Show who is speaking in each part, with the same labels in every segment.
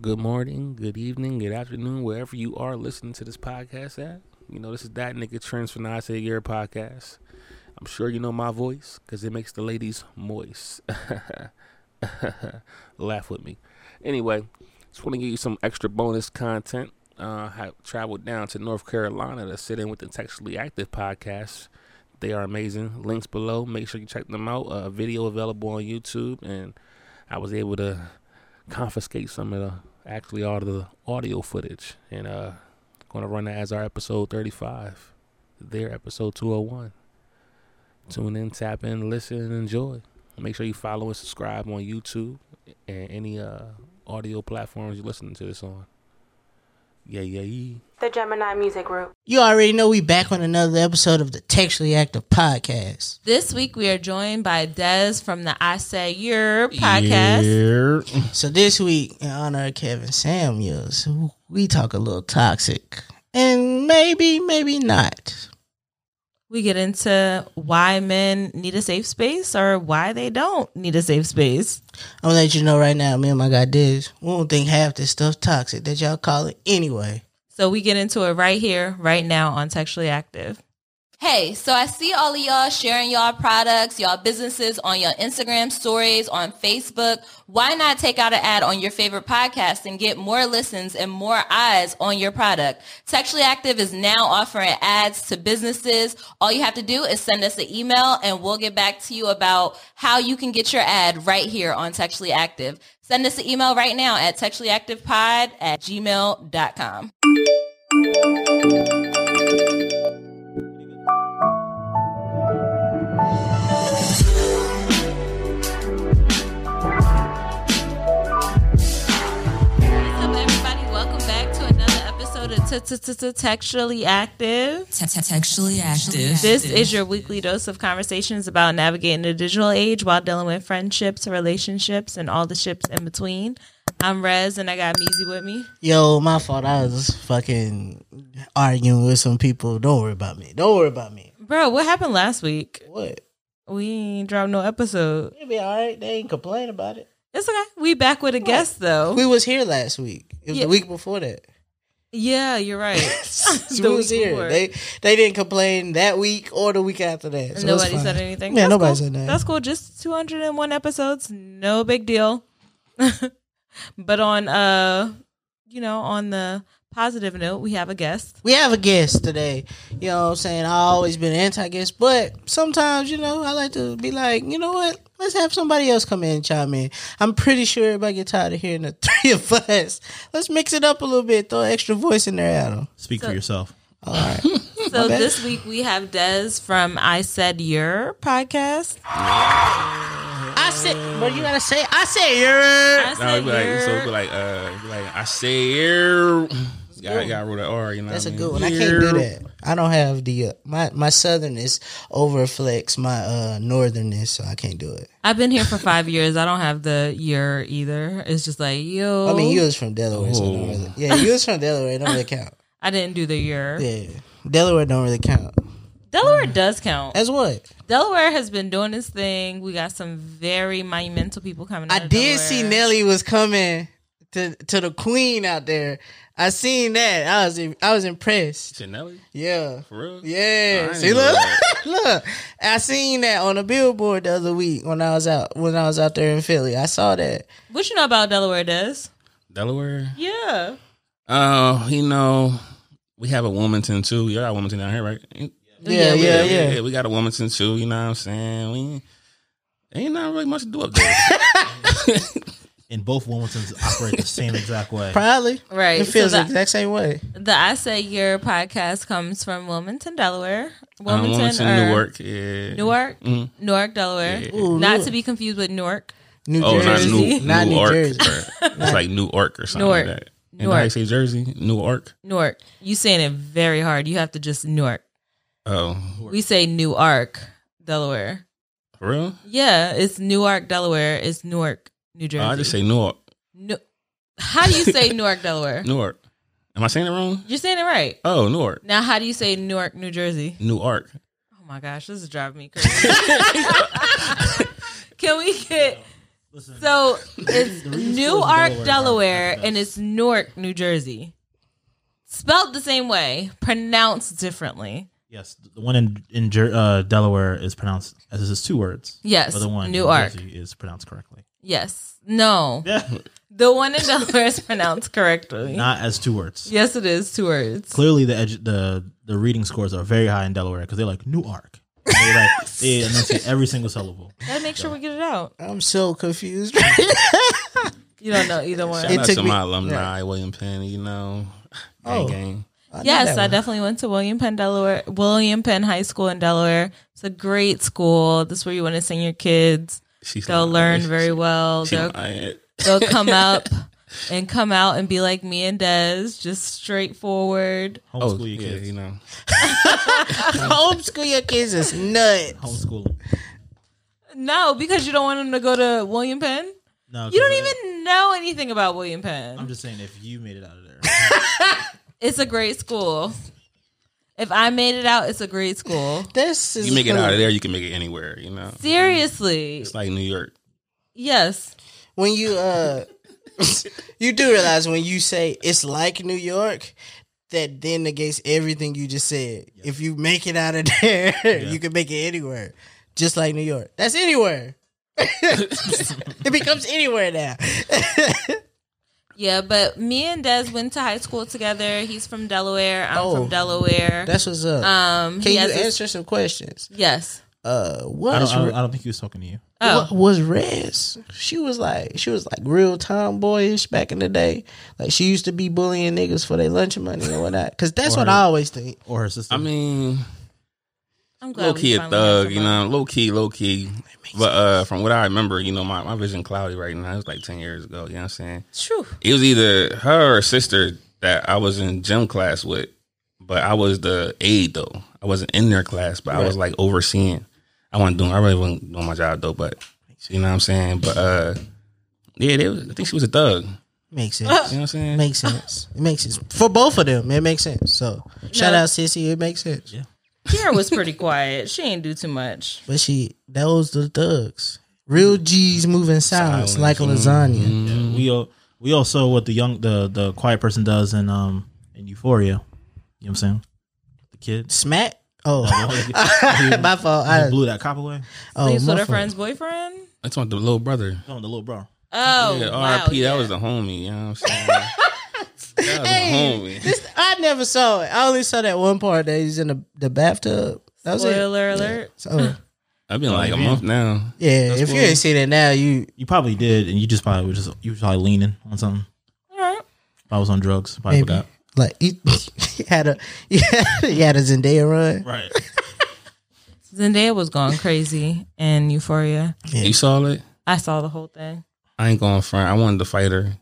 Speaker 1: good morning, good evening, good afternoon, wherever you are listening to this podcast at. You know, this is that nigga Trends for Nine Say Year podcast. I'm sure you know my voice because it makes the ladies moist. Laugh with me. Anyway, just want to give you some extra bonus content. Uh, I traveled down to North Carolina to sit in with the Textually Active podcast. They are amazing. Links below. Make sure you check them out. Uh, video available on YouTube, and I was able to confiscate some of the actually all of the audio footage, and uh, going to run that as our episode 35. Their episode 201. Tune in, tap in, listen, and enjoy. Make sure you follow and subscribe on YouTube and any uh, audio platforms you're listening to this on. Yeah, yeah, yeah.
Speaker 2: The Gemini Music Group.
Speaker 3: You already know we back on another episode of the Textually Active Podcast.
Speaker 4: This week we are joined by Des from the I Say Your podcast.
Speaker 1: Yeah.
Speaker 3: So this week, in honor of Kevin Samuels, we talk a little toxic. And maybe, maybe not.
Speaker 4: We get into why men need a safe space or why they don't need a safe space.
Speaker 3: I'm gonna let you know right now, me and my guy Diz, we don't think half this stuff toxic that y'all call it anyway.
Speaker 4: So we get into it right here, right now on Textually Active.
Speaker 5: Hey, so I see all of y'all sharing y'all products, y'all businesses on your Instagram stories, on Facebook. Why not take out an ad on your favorite podcast and get more listens and more eyes on your product? Sexually Active is now offering ads to businesses. All you have to do is send us an email and we'll get back to you about how you can get your ad right here on Sexually Active. Send us an email right now at sexuallyactivepod at gmail.com.
Speaker 4: What's up, everybody? Welcome back to another episode of T- T- T- T- Textually Active.
Speaker 6: Textually active.
Speaker 4: This is your weekly dose of conversations about navigating the digital age while dealing with friendships, relationships, and all the ships in between. I'm Rez, and I got Meezy with me.
Speaker 3: Yo, my fault. I was fucking arguing with some people. Don't worry about me. Don't worry about me.
Speaker 4: Bro, what happened last week?
Speaker 3: What?
Speaker 4: We ain't dropped no episode.
Speaker 3: It'll be all right. They ain't complain about it.
Speaker 4: It's okay. We back with a guest though.
Speaker 3: We was here last week. It was
Speaker 4: Yeah.
Speaker 3: the week before that.
Speaker 4: Yeah, you're right.
Speaker 3: we
Speaker 4: The
Speaker 3: was
Speaker 4: week
Speaker 3: here.
Speaker 4: before.
Speaker 3: They they didn't complain that week or the week after that. So
Speaker 4: nobody
Speaker 3: it's fine.
Speaker 4: said anything.
Speaker 3: Yeah,
Speaker 4: That's
Speaker 3: nobody
Speaker 4: cool.
Speaker 3: said nothing.
Speaker 4: That's cool. Just 201 episodes. No big deal. but on uh you know, on the positive note, we have a guest.
Speaker 3: We have a guest today. You know what I'm saying? I always been anti guest, but sometimes, you know, I like to be like, you know what? Let's have somebody else come in and chime in. I'm pretty sure everybody get tired of hearing the three of us. Let's mix it up a little bit, throw an extra voice in there at them.
Speaker 7: Speak for yourself.
Speaker 3: All right.
Speaker 4: So
Speaker 3: bad.
Speaker 4: this week we have Des from I Said Your podcast.
Speaker 3: I said but you gotta say I say
Speaker 4: I
Speaker 3: you're
Speaker 1: No,
Speaker 4: said
Speaker 1: it'd be like, so it'd be
Speaker 4: your,
Speaker 1: like, uh, it'd be like, I say, yeah, gotta, gotta roll that R, you know.
Speaker 3: that's a
Speaker 1: what I mean?
Speaker 3: good one. I can't do
Speaker 1: Yeah.
Speaker 3: that. I don't have the uh, my my southernness overflex my uh northernness, so I can't do it.
Speaker 4: I've been here for five years. I don't have the year either. It's just like yo.
Speaker 3: I mean, you was from Delaware, so it
Speaker 1: Oh.
Speaker 3: don't really, yeah, you was from Delaware, it don't really count.
Speaker 4: I didn't do the year.
Speaker 3: Yeah, Delaware don't really count.
Speaker 4: Delaware does count.
Speaker 3: As what?
Speaker 4: Delaware has been doing this thing. We got some very monumental people coming.
Speaker 3: I
Speaker 4: out of
Speaker 3: did
Speaker 4: Delaware.
Speaker 3: see Nelly was coming to to the Queen out there. I seen that. I was I was impressed.
Speaker 1: Janelli?
Speaker 3: Yeah.
Speaker 1: For real? I
Speaker 3: Yeah,
Speaker 1: ain't
Speaker 3: see,
Speaker 1: know
Speaker 3: look,
Speaker 1: that.
Speaker 3: look. I seen that on a billboard the other week when I was out when I was out there in Philly. I saw that.
Speaker 4: What you know about Delaware, Des?
Speaker 1: Delaware?
Speaker 4: Yeah.
Speaker 1: Oh, you know, we have a Wilmington too. You got a Wilmington down here, right?
Speaker 3: Yeah, yeah, yeah.
Speaker 1: We got a Wilmington too. You know what I'm saying? We ain't not really much to do up there.
Speaker 7: And both Wilmingtons operate the same exact way.
Speaker 3: Probably.
Speaker 4: Right.
Speaker 3: It
Speaker 4: So
Speaker 3: feels
Speaker 4: the-
Speaker 3: the exact same way.
Speaker 4: The I Say Your podcast comes from Wilmington, Delaware.
Speaker 1: Um,
Speaker 4: Wilmington, or
Speaker 1: Newark. Yeah.
Speaker 4: Newark,
Speaker 1: Mhm.
Speaker 4: Newark, Delaware.
Speaker 3: Ooh,
Speaker 4: Not
Speaker 3: Newark.
Speaker 4: to be confused with Newark.
Speaker 3: New
Speaker 1: Oh, not
Speaker 3: Jersey,
Speaker 1: New,
Speaker 3: not
Speaker 1: New
Speaker 3: New
Speaker 1: York.
Speaker 3: Jersey.
Speaker 1: It's like New York or something
Speaker 4: Newark.
Speaker 1: like that. And how you
Speaker 4: Newark.
Speaker 1: say Jersey? Newark?
Speaker 4: Newark. You saying it very hard. You have to just Newark.
Speaker 1: Oh,
Speaker 4: We say Newark, Delaware.
Speaker 1: for real?
Speaker 4: Yeah, it's Newark, Delaware. It's Newark, New Jersey.
Speaker 1: Oh, I just say Newark.
Speaker 4: Nu- How do you say Newark, Delaware?
Speaker 1: Newark. Am I saying it wrong?
Speaker 4: You're saying it right.
Speaker 1: Oh, Newark.
Speaker 4: Now, how do you say Newark, New Jersey?
Speaker 1: Newark.
Speaker 4: Oh my gosh, this is driving me crazy. Can we get
Speaker 7: Listen,
Speaker 4: So it's
Speaker 7: The reason
Speaker 4: Newark,
Speaker 7: schools
Speaker 4: Delaware,
Speaker 7: in Delaware are the
Speaker 4: and
Speaker 7: best.
Speaker 4: it's Newark, New Jersey. Spelled the same way, pronounced differently.
Speaker 7: yes, the one in in Jer- uh, Delaware is pronounced as is two words.
Speaker 4: Yes,
Speaker 7: the other one in
Speaker 4: Newark.
Speaker 7: Jersey is pronounced correctly.
Speaker 4: Yes. No.
Speaker 7: Yeah,
Speaker 4: The one in Delaware is pronounced correctly.
Speaker 7: not as two words.
Speaker 4: yes, it is two words.
Speaker 7: Clearly, the edu- the the reading scores are very high in Delaware because they're like Newark. They like they enunciate every single syllable.
Speaker 4: Gotta make sure we get it out.
Speaker 3: I'm so confused.
Speaker 4: You don't know either one.
Speaker 8: Shout out
Speaker 3: took
Speaker 8: to
Speaker 3: me- Oh.
Speaker 8: my alumni, William Penn, you know. Gang, gang.
Speaker 4: yes,
Speaker 3: that
Speaker 4: I
Speaker 3: one.
Speaker 4: definitely went to William Penn, Delaware. William Penn High School in Delaware. It's a great school. This is where you want to send your kids.
Speaker 8: She's
Speaker 4: They'll
Speaker 8: lying.
Speaker 4: learn
Speaker 8: She-
Speaker 4: very well.
Speaker 8: she
Speaker 4: They'll
Speaker 8: lying.
Speaker 4: they'll come up and come out and be like me and Des, just straightforward.
Speaker 7: Homeschool
Speaker 8: Oh,
Speaker 7: your
Speaker 8: yeah,
Speaker 7: kids.
Speaker 8: you know.
Speaker 3: Homeschool your kids is nuts.
Speaker 7: Homeschool. 'em.
Speaker 4: No, because you don't want them to go to William Penn.
Speaker 7: No,
Speaker 4: You
Speaker 7: 'cause
Speaker 4: don't
Speaker 7: they-
Speaker 4: even know anything about William
Speaker 7: I'm
Speaker 4: Penn.
Speaker 7: just saying, if you made it out of there,
Speaker 4: It's a great school. If I made it out, it's a great school.
Speaker 3: This is
Speaker 8: You make it out of
Speaker 3: hilarious.
Speaker 8: there, you can make it anywhere, you know.
Speaker 4: Seriously.
Speaker 8: It's like New York.
Speaker 4: Yes.
Speaker 3: when you uh you do realize when you say it's like New York that then negates everything you just said. If you make it out of there, you can make it anywhere. Just like New York. That's anywhere. it becomes anywhere now.
Speaker 4: Yeah, but me and Des went to high school together. He's from Delaware. I'm
Speaker 3: Oh.
Speaker 4: from Delaware.
Speaker 3: That's what's up.
Speaker 4: um,
Speaker 3: Can
Speaker 4: he
Speaker 3: you
Speaker 4: has his-
Speaker 3: answer some questions?
Speaker 4: yes.
Speaker 3: Uh
Speaker 7: I
Speaker 3: what
Speaker 7: don't, I don't. I don't think he was talking to you.
Speaker 4: Oh.
Speaker 3: What was Rez? She was like she was like real tomboyish back in the day. Like she used to be bullying niggas for their lunch money and whatnot. Cause that's what I always think.
Speaker 7: or her sister.
Speaker 8: I mean,
Speaker 4: I'm glad
Speaker 8: low
Speaker 4: we
Speaker 8: key a
Speaker 4: finally got
Speaker 8: thug, you
Speaker 4: someone.
Speaker 8: know, low key, low key. But uh, from what I remember, you know, my, my vision cloudy right now. It was like 10 years ago, you know what I'm saying?
Speaker 4: True.
Speaker 8: It was either her or sister that I was in gym class with, but I was the aide though. I wasn't in their class, but I was like overseeing. I wasn't doing, I really wasn't doing my job though, but you know what I'm saying? But uh, yeah, they was, I think she was a thug. You know
Speaker 3: Makes sense.
Speaker 8: what I'm saying?
Speaker 3: makes sense. It makes sense for both of them. It makes sense. So shout out Sissy. It makes sense.
Speaker 4: Kira was pretty quiet. She ain't do too much.
Speaker 3: But she those the thugs. Real G's moving silence like a lasagna.
Speaker 7: Yeah, Mm-hmm. we all we all saw what the young the the quiet person does in um in Euphoria. You know what I'm saying? The kids.
Speaker 3: Smack. Oh, my fault. I,
Speaker 7: blew that cop away.
Speaker 3: oh,
Speaker 4: Sleeps
Speaker 3: my
Speaker 4: with her
Speaker 3: fault.
Speaker 4: friend's boyfriend.
Speaker 8: That's my the little brother.
Speaker 7: Oh, the little bro.
Speaker 4: Oh,
Speaker 8: Yeah,
Speaker 4: wow,
Speaker 8: RIP,
Speaker 4: yeah.
Speaker 8: that was the homie, you know what I'm saying? that was a homie.
Speaker 3: This- I never saw it. I only saw that one part that he's in the, the bathtub. That was it.
Speaker 4: Spoiler alert.
Speaker 3: So
Speaker 8: I've been like a
Speaker 7: man.
Speaker 8: month now.
Speaker 3: yeah, if you ain't seen it now, you
Speaker 7: You probably did, and you just probably was just you was probably leaning on something.
Speaker 4: All right.
Speaker 7: I was on drugs. Probably
Speaker 3: maybe
Speaker 7: forgot.
Speaker 3: like you, you had a you had, you had a Zendaya run.
Speaker 7: Right.
Speaker 4: Zendaya was going crazy in Euphoria.
Speaker 8: You saw it?
Speaker 4: I saw the whole thing.
Speaker 8: I ain't going front. I wanted to fight her.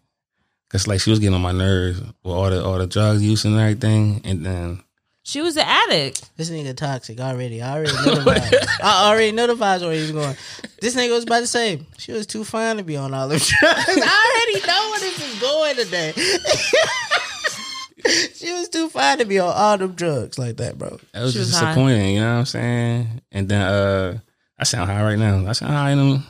Speaker 8: Cause like she was getting on my nerves with all the all the drugs use and everything. And then
Speaker 4: She was an addict.
Speaker 3: This nigga toxic already. I already know the vibes. I already know the vibes where he's going. This nigga was about to say she was too fine to be on all them drugs. I already know where this is going today. she was too fine to be on all them drugs like that, bro.
Speaker 8: that was,
Speaker 4: She was
Speaker 8: just
Speaker 4: high.
Speaker 8: disappointing, you know what I'm saying? And then uh I sound high right now. I sound high in them.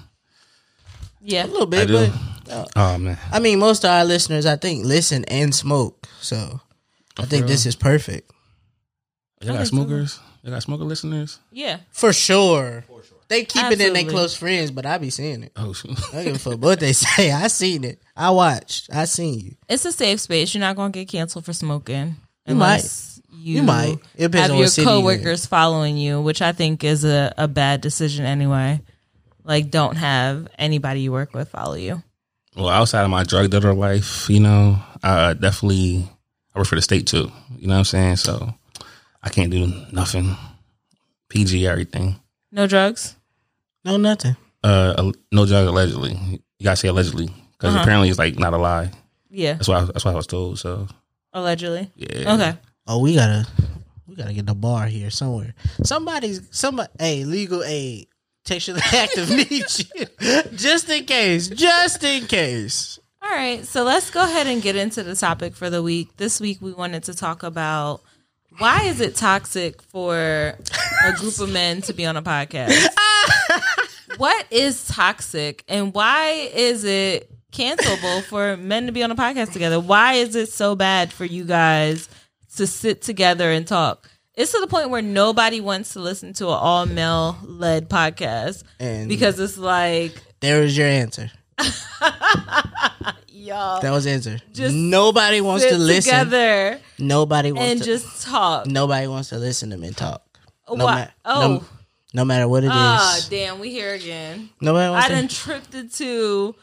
Speaker 4: Yeah.
Speaker 3: A little
Speaker 8: I
Speaker 3: bit,
Speaker 8: do.
Speaker 3: but
Speaker 8: Oh man.
Speaker 3: I mean, most of our listeners, I think, listen and smoke. So I think this is perfect
Speaker 8: You got smokers? You got smoker listeners?
Speaker 4: Yeah.
Speaker 3: for sure. They keep it in their
Speaker 4: Absolutely.
Speaker 3: close friends, but I be seeing it.
Speaker 8: Oh shoot.
Speaker 3: I don't give a fuck what they say. I seen it. I watched. I seen you.
Speaker 4: It's a safe space. You're not going to get canceled for smoking.
Speaker 3: You
Speaker 4: unless You,
Speaker 3: You might. It depends
Speaker 4: have
Speaker 3: on
Speaker 4: your
Speaker 3: what city you in.
Speaker 4: coworkers following you, which I think is a, a bad decision anyway. Like, don't have anybody you work with follow you.
Speaker 8: well, outside of my drug dealer life, you know, I uh, definitely I work for the state too. You know what I'm saying? So I can't do nothing. PG everything.
Speaker 4: No drugs?
Speaker 3: No, nothing.
Speaker 8: Uh, al- no drugs allegedly. You gotta say allegedly because apparently it's like not a lie.
Speaker 4: Yeah.
Speaker 8: That's why. I, that's what I was told. So
Speaker 4: Allegedly.
Speaker 8: yeah.
Speaker 4: Okay.
Speaker 3: Oh, we gotta we gotta get the bar here somewhere. Somebody's somebody hey, legal aid. Textually active needs you. Just in case. Just in case.
Speaker 4: All right, so let's go ahead and get into the topic for the week. This week we wanted to talk about why is it toxic for a group of men to be on a podcast? What is toxic and why is it cancelable for men to be on a podcast together? Why is it so bad for you guys to sit together and talk? It's to the point where nobody wants to listen to an all male led podcast
Speaker 3: And-
Speaker 4: because it's like,
Speaker 3: There is your answer.
Speaker 4: y'all
Speaker 3: That was the answer.
Speaker 4: Just
Speaker 3: nobody wants
Speaker 4: sit
Speaker 3: to listen.
Speaker 4: together
Speaker 3: Nobody wants
Speaker 4: and
Speaker 3: to.
Speaker 4: just talk.
Speaker 3: nobody wants to listen to men talk. No
Speaker 4: Why-
Speaker 3: ma-
Speaker 4: oh,
Speaker 3: no, no matter what it is.
Speaker 4: ah, damn, we here again.
Speaker 3: nobody wants
Speaker 4: I
Speaker 3: to.
Speaker 4: done tripped into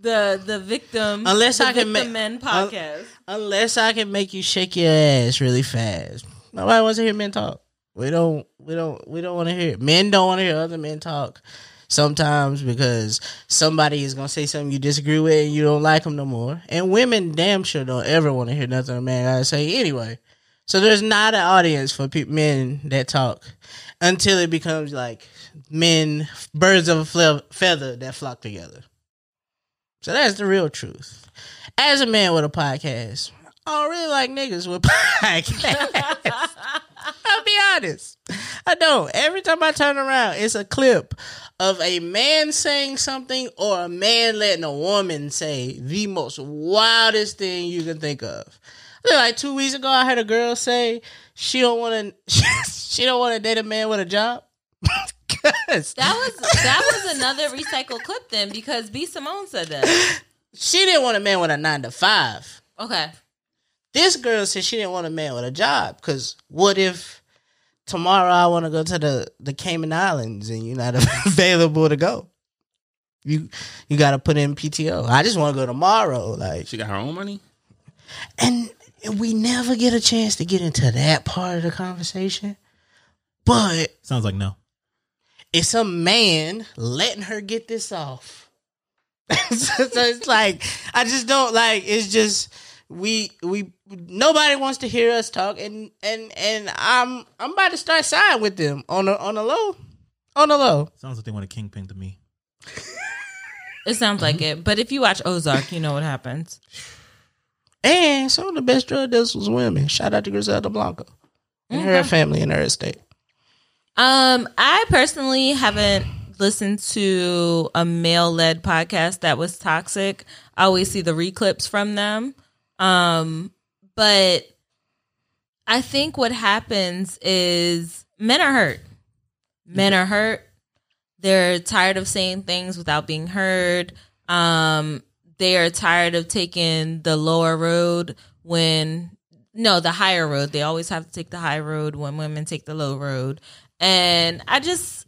Speaker 4: the the victim
Speaker 3: Unless
Speaker 4: the
Speaker 3: I can
Speaker 4: victim
Speaker 3: ma- uh,
Speaker 4: men
Speaker 3: un-
Speaker 4: podcast.
Speaker 3: Unless I can make you shake your ass really fast. Nobody wants to hear men talk. We don't we don't we don't want to hear it. Men don't want to hear other men talk sometimes because somebody is gonna say something you disagree with and you don't like them no more. And women damn sure don't ever want to hear nothing a man gotta say anyway. So there's not an audience for pe- men that talk until it becomes like men birds of a fle- feather that flock together. So that's the real truth. As a man with a podcast, I don't really like niggas with podcasts. I'll be honest. I don't. Every time I turn around, it's a clip of a man saying something or a man letting a woman say the most wildest thing you can think of. Look, Like two weeks ago, I heard a girl say she don't want to she don't want to date a man with a job. 'Cause
Speaker 4: That was that was another recycled clip then because B Simone said that.
Speaker 3: she didn't want a man with a nine to five.
Speaker 4: Okay.
Speaker 3: This girl said she didn't want a man with a job because what if tomorrow I want to go to the, the Cayman Islands and you're not available to go? You you got to put in PTO. I just want to go tomorrow, like,
Speaker 8: She got her own money.
Speaker 3: and we never get a chance to get into that part of the conversation. But
Speaker 7: Sounds like no.
Speaker 3: it's a man letting her get this off. so, so it's like I just don't like. It's just we we nobody wants to hear us talk, and and and I'm I'm about to start siding with them on a on a low, on a low.
Speaker 7: Sounds like they want a kingpin to me.
Speaker 4: It sounds like it. But if you watch Ozark, you know what happens.
Speaker 3: And some of the best drug dealers was women. Shout out to Griselda Blanco and her family and her estate.
Speaker 4: Um, I personally haven't listened to a male led podcast that was toxic. I always see the reclips from them. Um, but I think what happens is men are hurt. Men are hurt. They're tired of saying things without being heard. Um, they are tired of taking the lower road when no, the higher road. They always have to take the high road when women take the low road. And I just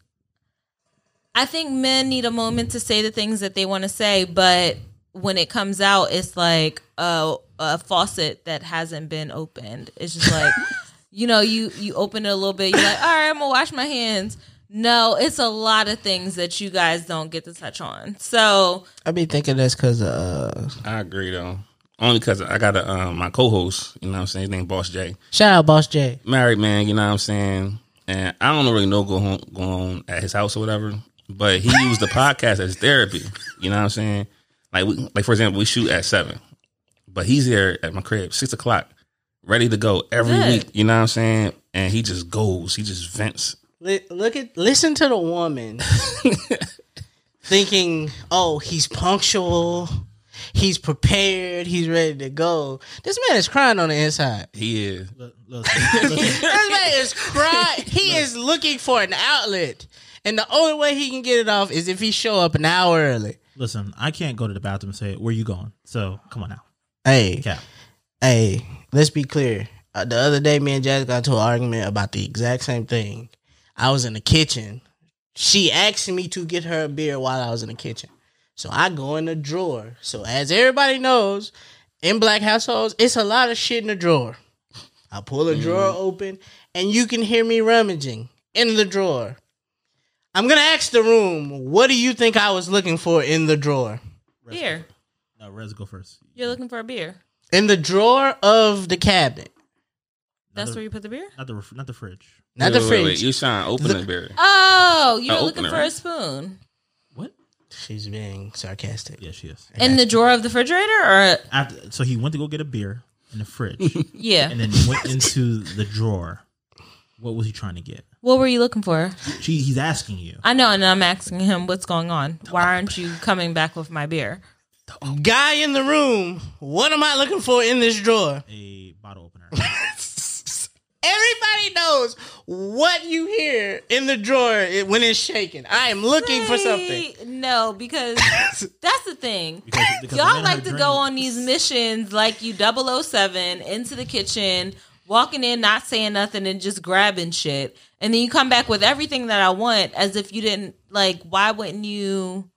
Speaker 4: I think men need a moment to say the things that they want to say, but when it comes out, it's like a, a faucet that hasn't been opened. It's just like, you know, you you open it a little bit. You're like, all right, I'm gonna wash my hands. No, it's a lot of things that you guys don't get to touch on. So
Speaker 3: I be thinking that's because of uh,
Speaker 8: I agree though, only because I got a um, my co-host. You know what I'm saying? His name Boss J.
Speaker 3: shout out Boss J.
Speaker 8: married man, you know what I'm saying? And I don't really know go home go on at his house or whatever, but he used the podcast as therapy. You know what I'm saying? Like we, like for example, we shoot at seven, but he's here at my crib six o'clock, ready to go every
Speaker 4: Good.
Speaker 8: week. You know what I'm saying? And he just goes, he just vents.
Speaker 3: Li- look at listen to the woman thinking, "Oh, he's punctual. He's prepared. He's ready to go." This man is crying on the inside.
Speaker 8: He is.
Speaker 7: Look, look, listen,
Speaker 3: This man is crying. He is looking for an outlet, and the only way he can get it off is if he show up an hour early.
Speaker 7: listen, I can't go to the bathroom and say, Where you going? So come on now.
Speaker 3: Hey,
Speaker 7: Cap.
Speaker 3: Hey, let's be clear. Uh, the other day, me and Jazz got into an argument about the exact same thing. I was in the kitchen. She asked me to get her a beer while I was in the kitchen. So I go in the drawer. So as everybody knows, in black households, it's a lot of shit in the drawer. I pull a drawer
Speaker 8: Mm-hmm.
Speaker 3: open, and you can hear me rummaging in the drawer. I'm gonna ask the room, what do you think I was looking for in the drawer?
Speaker 4: beer.
Speaker 7: No, Rez go first.
Speaker 4: You're looking for a beer.
Speaker 3: In the drawer of the cabinet,
Speaker 4: That's
Speaker 7: Another-
Speaker 4: where you put the beer?
Speaker 7: Not the ref- not the fridge.
Speaker 3: not
Speaker 8: Wait,
Speaker 3: the
Speaker 8: wait,
Speaker 3: fridge.
Speaker 8: wait, You trying to open the beer?
Speaker 4: Oh, you
Speaker 8: An
Speaker 4: were looking
Speaker 8: opener,
Speaker 4: for a
Speaker 8: right?
Speaker 4: spoon
Speaker 7: What?
Speaker 3: She's being sarcastic.
Speaker 7: Yeah, she is.
Speaker 4: in the drawer of the refrigerator, or
Speaker 7: After, so he went to go get a beer in the fridge,
Speaker 4: yeah,
Speaker 7: and then went into the drawer, What was he trying to get?
Speaker 4: What were you looking for?
Speaker 7: She, he's asking you.
Speaker 4: I know, and I'm asking him what's going on. Why aren't you coming back with my beer?
Speaker 3: Guy in the room, what am I looking for in this drawer?
Speaker 7: A bottle opener.
Speaker 3: Everybody knows what you hear in the drawer it- when it's shaking. I am looking for something.
Speaker 4: Hey, No, because that's the thing.
Speaker 7: Because- because the
Speaker 4: Y'all
Speaker 7: men
Speaker 4: like
Speaker 7: are
Speaker 4: to
Speaker 7: drained.
Speaker 4: go on these missions like you 007 into the kitchen, walking in, not saying nothing, and just grabbing shit. And then you come back with everything that I want as if you didn't, like, why wouldn't you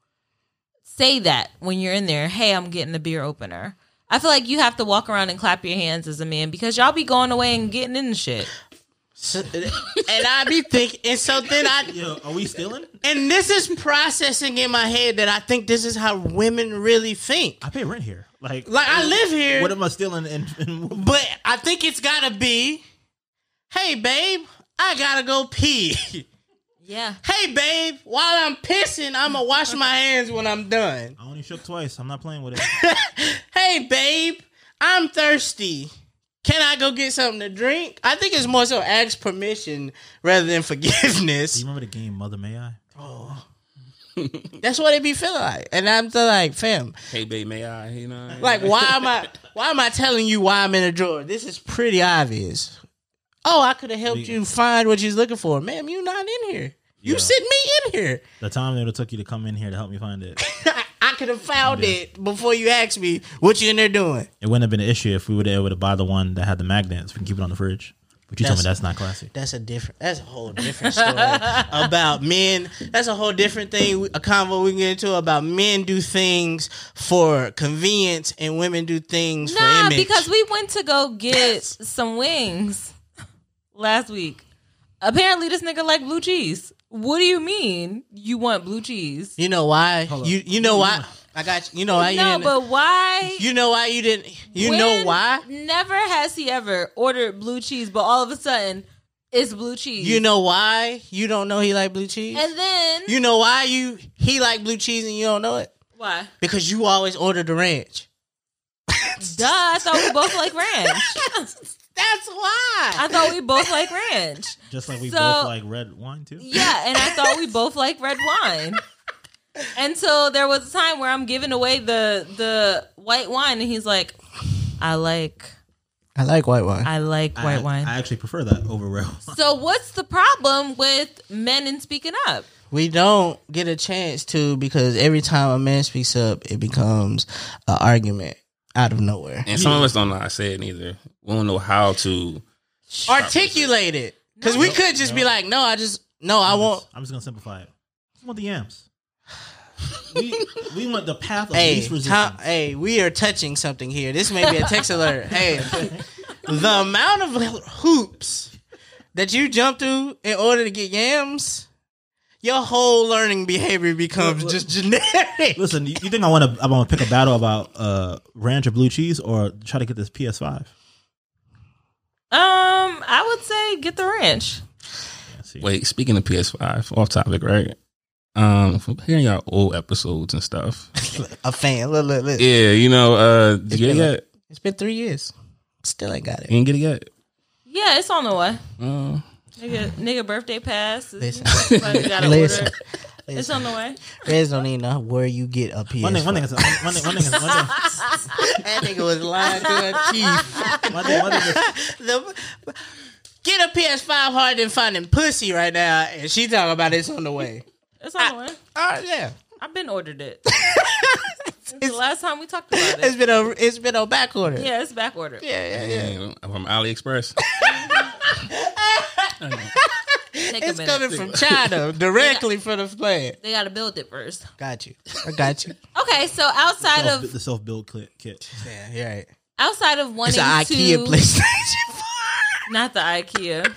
Speaker 4: say that when you're in there? Hey, I'm getting the beer opener. I feel like you have to walk around and clap your hands as a man because y'all be going away and getting in the shit.
Speaker 3: So- and I be thinking, and so then I,
Speaker 7: Yo, are we stealing?
Speaker 3: and this is processing in my head that I think this is how women really think.
Speaker 7: I pay rent here. Like,
Speaker 3: Like I live here,
Speaker 7: what am I stealing? And, and
Speaker 3: but I think it's gotta be, hey babe, I gotta go pee.
Speaker 4: Yeah.
Speaker 3: hey babe, while I'm pissing, I'ma wash my hands when I'm done.
Speaker 7: I only shook twice. I'm not playing with it.
Speaker 3: Hey babe, I'm thirsty. Can I go get something to drink? I think it's more so ask permission rather than
Speaker 7: Do
Speaker 3: forgiveness.
Speaker 7: you remember the game Mother May I?
Speaker 3: That's what it be feeling like. And I'm still like, fam,
Speaker 8: Hey, babe, may I? You know,
Speaker 3: like why am I why am I telling you why I'm in a drawer? This is pretty obvious. Oh, I could have helped you find what you're looking for. Ma'am, you not in here. You
Speaker 7: Yeah.
Speaker 3: sent me in here.
Speaker 7: The time that it took you to come in here to help me find it.
Speaker 3: I could have found it before you asked me what you in there doing.
Speaker 7: It wouldn't have been an issue if we would have able to buy the one that had the magnets. We can keep it on the fridge. But you told me
Speaker 3: That's-
Speaker 7: that's not classy.
Speaker 3: That's a different. That's a whole different story about men. That's a whole different thing. A convo we can get into about men do things for convenience and women do things for
Speaker 4: Nah,
Speaker 3: image.
Speaker 4: because we went to go get some wings last week. Apparently, this nigga like blue cheese. What do you mean you want blue cheese?
Speaker 3: you know why? You you know why? I got you. You know why? you
Speaker 4: No,
Speaker 3: didn't-
Speaker 4: but why?
Speaker 3: You know why you didn't? You know
Speaker 4: when-
Speaker 3: why?
Speaker 4: Never has he ever ordered blue cheese, but all of a sudden it's blue cheese.
Speaker 3: You know why you don't know he like blue cheese?
Speaker 4: and then
Speaker 3: you know why you he like blue cheese and you don't know it
Speaker 4: why?
Speaker 3: because you always order the ranch.
Speaker 4: Duh! I thought we both like ranch.
Speaker 3: That's why.
Speaker 4: I thought we both like ranch.
Speaker 7: Just like we
Speaker 4: So-
Speaker 7: both like red wine too.
Speaker 4: Yeah, and I thought we both like red wine. Until there was a time where I'm giving away the the white wine, and he's like, "I like,
Speaker 3: I like white wine.
Speaker 4: I like
Speaker 7: I-
Speaker 4: white wine."
Speaker 7: I actually prefer that over red wine.
Speaker 4: so what's the problem with men and speaking up?
Speaker 3: we don't get a chance to because every time a man speaks up, it becomes an argument out of nowhere.
Speaker 8: and some of us don't know how to say it either. We don't know how to.
Speaker 3: Articulate it because we could just be like, no, I just no, I won't.
Speaker 7: I'm just gonna simplify it. I want the yams. We we want the path of
Speaker 3: Hey,
Speaker 7: least resistance.
Speaker 3: Tom, hey, we are touching something here. This may be a text alert. Hey, the amount of hoops that you jump through in order to get yams, your whole learning behavior becomes just generic.
Speaker 7: Listen, you, you think I want to? I want to pick a battle about uh, ranch or blue cheese, or try to get this PS Five?
Speaker 4: Um, I would say get the ranch.
Speaker 8: Wait, speaking of PS5, off topic, right? Um, from hearing y'all old episodes and stuff.
Speaker 3: a fan. Look, look, look.
Speaker 8: Yeah, you know, uh, did you get it yet?
Speaker 3: It's been three years. Still ain't got
Speaker 8: You
Speaker 3: it.
Speaker 8: didn't get it yet?
Speaker 4: Yeah, it's on the way.
Speaker 8: Um,
Speaker 4: Nigga, nigga, birthday pass.
Speaker 3: Mm. Listen.
Speaker 4: Somebody gotta
Speaker 3: Listen.
Speaker 4: order. It's on the way.
Speaker 3: Reds don't even know where you get a PS.
Speaker 7: One thing, one thing, is- one thing, one thing, one thing, is- one thing,
Speaker 3: That nigga was lying to her teeth.
Speaker 7: one thing, one thing is-
Speaker 3: The- get a PS5 harder than finding pussy right now, and she talking about it's on the way.
Speaker 4: It's on the way.
Speaker 3: Oh yeah.
Speaker 4: I've been ordered it. Since the last time we talked about
Speaker 3: It's
Speaker 4: it.
Speaker 3: been a it's been on back order.
Speaker 4: Yeah, it's back ordered.
Speaker 3: yeah, yeah.
Speaker 8: dang, I'm from AliExpress.
Speaker 4: Take a
Speaker 3: It's
Speaker 4: minute.
Speaker 3: coming from China directly from the plant.
Speaker 4: They gotta build it first.
Speaker 3: Got you. I got you.
Speaker 4: Okay, so outside
Speaker 7: self-
Speaker 4: of
Speaker 7: the self build kit. kit.
Speaker 3: Yeah, you're right.
Speaker 4: outside of
Speaker 3: It's
Speaker 4: wanting
Speaker 3: an
Speaker 4: to
Speaker 3: IKEA PlayStation.
Speaker 4: not the IKEA.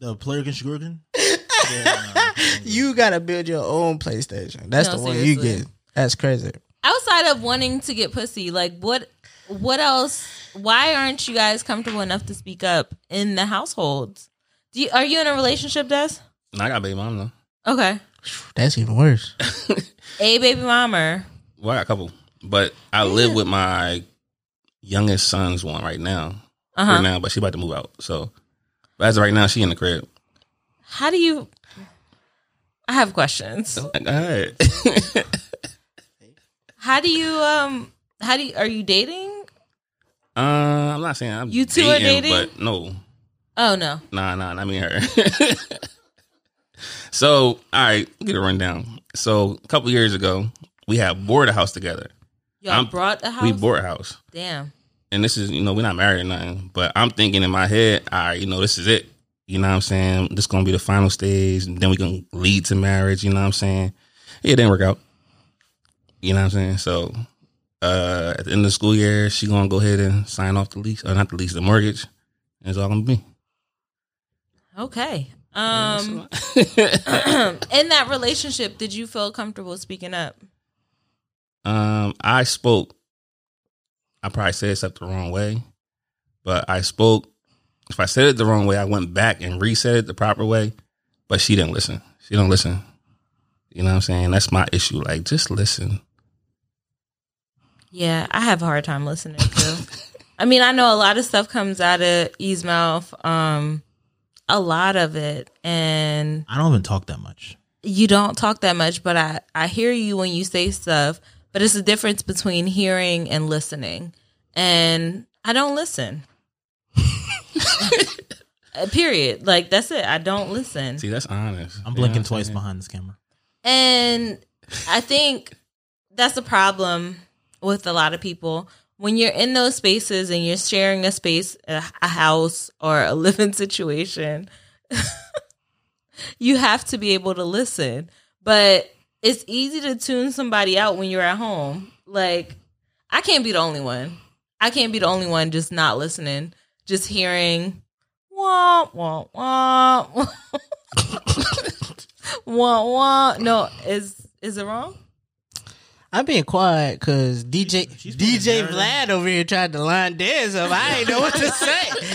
Speaker 7: The player construction.
Speaker 3: you gotta build your own PlayStation. That's
Speaker 4: No,
Speaker 3: the one you
Speaker 4: seriously.
Speaker 3: get. That's crazy.
Speaker 4: Outside of wanting to get pussy, like what what else why aren't you guys comfortable enough to speak up in the household? Do you, are you in a relationship, Des?
Speaker 8: Nah, I got a baby mom though.
Speaker 4: Okay.
Speaker 3: That's even worse.
Speaker 4: A baby mommer.
Speaker 8: Well, I got a couple, but I live with my youngest son's one right now.
Speaker 4: Uh-huh.
Speaker 8: Right now, but she about to move out, so But as of right now, she in the crib.
Speaker 4: How do you? I have questions.
Speaker 3: Oh.
Speaker 8: All right.
Speaker 4: How do you? Um. How do you? Are you dating?
Speaker 8: uh, I'm not saying I'm
Speaker 4: You two are dating?
Speaker 8: but no,
Speaker 4: Oh no.
Speaker 8: Nah, nah, I mean her. so, all right, get a rundown. So, a couple years ago, we had board a house together.
Speaker 4: Y'all
Speaker 8: I'm-
Speaker 4: brought a house.
Speaker 8: We board a house,
Speaker 4: Damn.
Speaker 8: and this is you know we're not married or nothing. But I'm thinking in my head, all right, you know this is it. You know what I'm saying? This gonna be the final stage, and then we gonna lead to marriage. You know what I'm saying? It didn't work out. You know what I'm saying? So, uh, at the end of the school year, she gonna go ahead and sign off the lease, or not the lease, the mortgage. And it's all gonna be.
Speaker 4: Okay. Um. in that relationship, did you feel comfortable speaking up?
Speaker 8: Um, I spoke. I probably said stuff the wrong way, but I spoke. If I said it the wrong way, I went back and resaid it the proper way. But she didn't listen. She don't listen. You know what I'm saying? That's my issue. Like, just listen.
Speaker 4: Yeah, I have a hard time listening too. I mean, I know a lot of stuff comes out of E's mouth. Um, a lot of it, and
Speaker 7: I don't even talk that much.
Speaker 4: you don't talk that much, but I, I hear you when you say stuff, but it's the difference between hearing and listening. And I don't listen. Uh, Period. Like that's it. I don't listen.
Speaker 8: See, that's honest.
Speaker 7: I'm
Speaker 8: You know
Speaker 7: blinking
Speaker 8: what
Speaker 7: twice
Speaker 8: saying?
Speaker 7: behind this camera.
Speaker 4: And I think that's a problem with a lot of people. When you're in those spaces and you're sharing a space, a a house or a living situation, you have to be able to listen. But it's easy to tune somebody out when you're at home. Like, I can't be the only one. I can't be the only one just not listening, just hearing womp, womp, womp. Wah wah. No, is is it wrong?
Speaker 3: I'm being quiet because DJ
Speaker 7: She's putting
Speaker 3: DJ
Speaker 7: narrative.
Speaker 3: Vlad over here tried to line dance up. I ain't know what to say.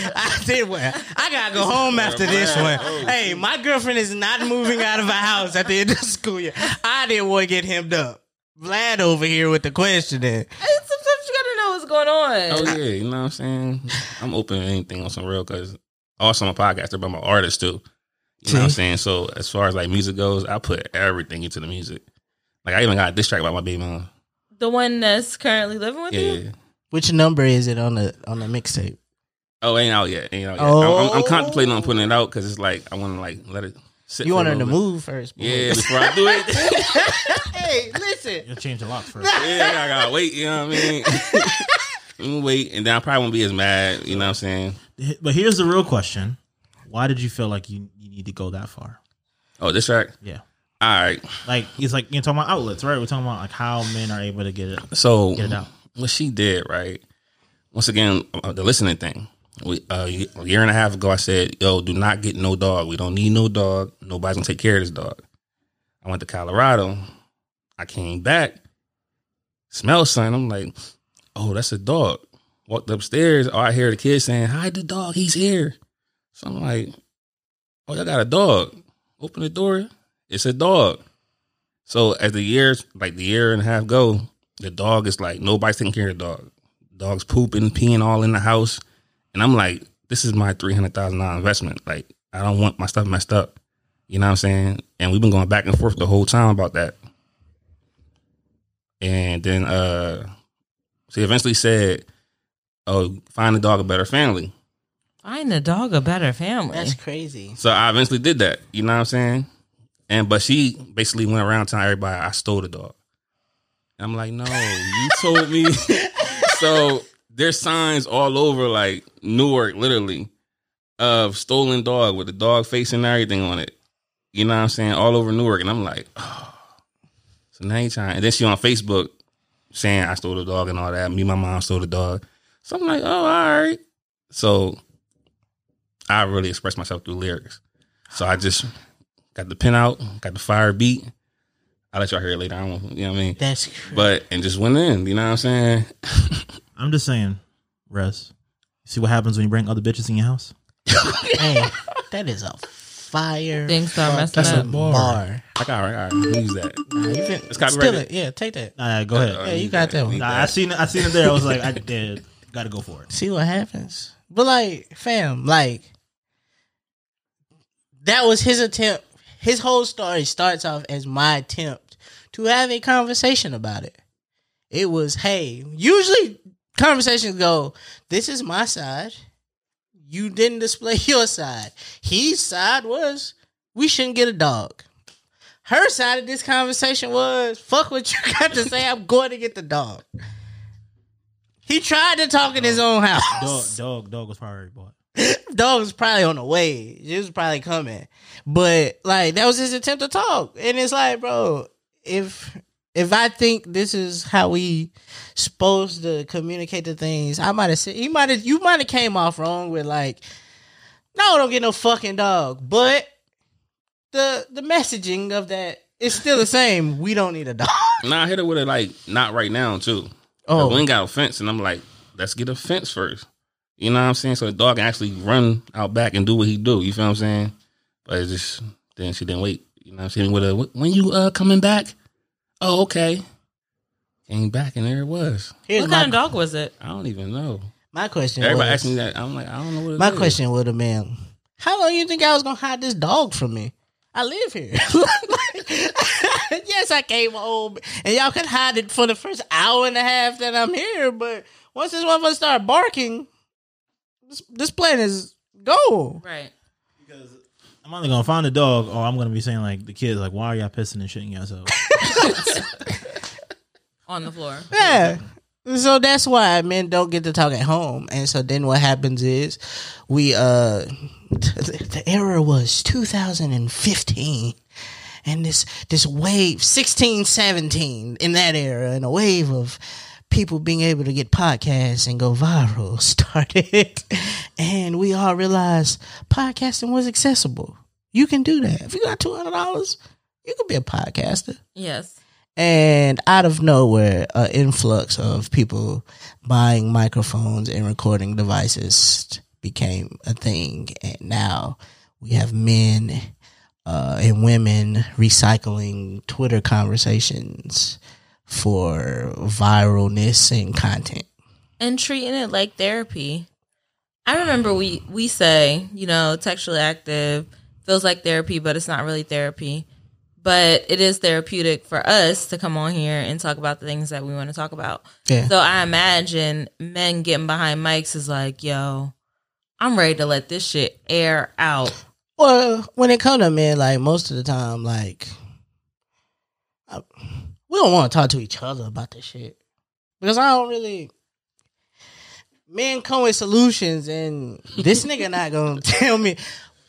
Speaker 3: I did well. I gotta go home after this one. Hey, my girlfriend is not moving out of a house at the end of the school year. I didn't want to get hemmed up. Vlad over here with the questioning.
Speaker 4: Hey, Sometimes you gotta know what's going on.
Speaker 8: Oh yeah, you know what I'm saying? I'm open to anything on some real because also I'm a podcaster, but I'm an artist too. You know what I'm
Speaker 3: See?
Speaker 8: saying? So as far as like music goes, I put everything into the music. Like I even got diss track by my baby mom.
Speaker 4: The one that's currently living with Oh, you.
Speaker 8: Yeah.
Speaker 3: Which number is it on the on the mixtape?
Speaker 8: Oh, ain't out yet. Ain't out yet. I'm, I'm, I'm contemplating on putting it out because it's like I want to like let it. Sit
Speaker 3: You
Speaker 8: for a
Speaker 3: want her to
Speaker 8: little bit.
Speaker 3: move first. boy.
Speaker 8: Yeah, before I do it.
Speaker 3: Hey, listen.
Speaker 7: You'll change the locks first.
Speaker 8: yeah, I gotta wait. You know what I mean? I'm gonna wait, and then I probably won't be as mad. You know what I'm saying?
Speaker 7: But here's the real question: Why did you feel like you you need to go that far?
Speaker 8: Oh, this track.
Speaker 7: Yeah,
Speaker 8: All right.
Speaker 7: like it's like you're talking about outlets, right? We're talking about like how men are able to get it.
Speaker 8: So
Speaker 7: Get it out.
Speaker 8: what she did, right? Once again, uh, the listening thing. We, uh, a year and a half ago, I said, "Yo, do not get no dog. We don't need no dog. Nobody's gonna take care of this dog." I went to Colorado. I came back. Smell something. I'm like, "Oh, that's a dog." Walked upstairs. Oh, I hear the kids saying, "Hi, the dog. He's here." So I'm like, "Oh, y'all got a dog." Open the door. It's a dog. So as the years, like the year and a half go, the dog is like nobody's taking care of the dog. Dog's pooping, peeing all in the house, and I'm like, this is my three hundred thousand dollar investment. Like I don't want my stuff messed up. You know what I'm saying? And we've been going back and forth the whole time about that. And then uh she eventually said, "Oh, find the dog a better family."
Speaker 4: Find a dog a better family.
Speaker 3: That's crazy.
Speaker 8: So I eventually did that. You know what I'm saying? And but she basically went around telling everybody I stole the dog. And I'm like, no, you told me. so there's signs all over like Newark, literally, of stolen dog with the dog face and everything on it. You know what I'm saying? All over Newark. And I'm like, oh. So now you trying. And then she on Facebook saying I stole the dog and all that. Me, and my mom stole the dog. So I'm like, oh, all right. So I really express myself through lyrics. So I just got the pen out, got the fire beat. I'll let y'all hear it later. I don't, you know what I mean?
Speaker 3: That's crazy.
Speaker 8: But, and just went in, you know what I'm saying?
Speaker 7: I'm just saying, Russ. See what happens when you bring other bitches in your house.
Speaker 3: hey, that is a fire
Speaker 4: Things start messing
Speaker 3: fucking
Speaker 4: up.
Speaker 3: bar.
Speaker 8: Like, all right, all right, who use that?
Speaker 3: You can
Speaker 8: It's copyrighted.
Speaker 3: steal it. Yeah, take that.
Speaker 7: Nah, nah, go ahead.
Speaker 3: Yeah, you got that one.
Speaker 7: Nah, I seen it. I seen it there. I was like, I did. Got to go for it.
Speaker 3: See what happens. But like, fam, like, that was his attempt. His whole story starts off as my attempt to have a conversation about it. It was, hey, usually conversations go, this is my side. You didn't display your side. His side was, we shouldn't get a dog. Her side of this conversation was, fuck what you got to say, I'm going to get the dog. He tried to talk in his own house
Speaker 7: Dog, dog, dog was probably already bought.
Speaker 3: dog was probably on the way. She was probably coming. But like that was his attempt to talk. And it's like, bro, if if I think this is how we supposed to communicate the things, I might have said he might have you might have came off wrong with like, no, don't get no fucking dog. But the the messaging of that is still the same. We don't need a dog.
Speaker 8: Nah, I hit it with it like not right now too.
Speaker 3: Oh.
Speaker 8: Oh, we ain't got a fence, and I'm like, let's get a fence first. You know what I'm saying? So the dog can actually run out back and do what he do. You feel what I'm saying? But it's just then she didn't wait. You know what I'm saying? With a when you uh coming back? Oh, okay. Came back and there it was.
Speaker 3: Here's
Speaker 4: what
Speaker 3: my,
Speaker 4: kind of dog was it?
Speaker 8: I don't even know.
Speaker 3: my question.
Speaker 8: Everybody
Speaker 3: was-
Speaker 8: asking me that. I'm like, I don't know what it
Speaker 3: My
Speaker 8: is.
Speaker 3: question would have been, how long you think I was gonna hide this dog from me? I live here. yes, I came home, and y'all could hide it for the first hour and a half that I'm here. But once this motherfucker start barking, this, this plan is go.
Speaker 4: Right.
Speaker 7: Because I'm either gonna find a dog, or I'm gonna be saying like the kids, like, why are y'all pissing and shitting yourselves?
Speaker 4: On the floor.
Speaker 3: Yeah. So that's why men don't get to talk at home. And so then what happens is we uh the, the era was 2015 and this this wave 16 17 in that era and a wave of people being able to get podcasts and go viral started. and we all realized podcasting was accessible. You can do that. If you got $200, you can be a podcaster
Speaker 4: Yes.
Speaker 3: and out of nowhere, an influx of people buying microphones and recording devices became a thing, and now we have men uh, and women recycling Twitter conversations for viralness and content.
Speaker 4: and treating it like therapy. I remember we we say, you know, textually active feels like therapy, but it's not really therapy. But it is therapeutic for us to come on here and talk about the things that we want to talk about.
Speaker 3: Yeah.
Speaker 4: So I imagine men getting behind mics is like, yo, I'm ready to let this shit air out.
Speaker 3: Well, when it comes to men, like most of the time, like I, we don't want to talk to each other about this shit because I don't really. Men come with solutions, and this nigga not gonna tell me.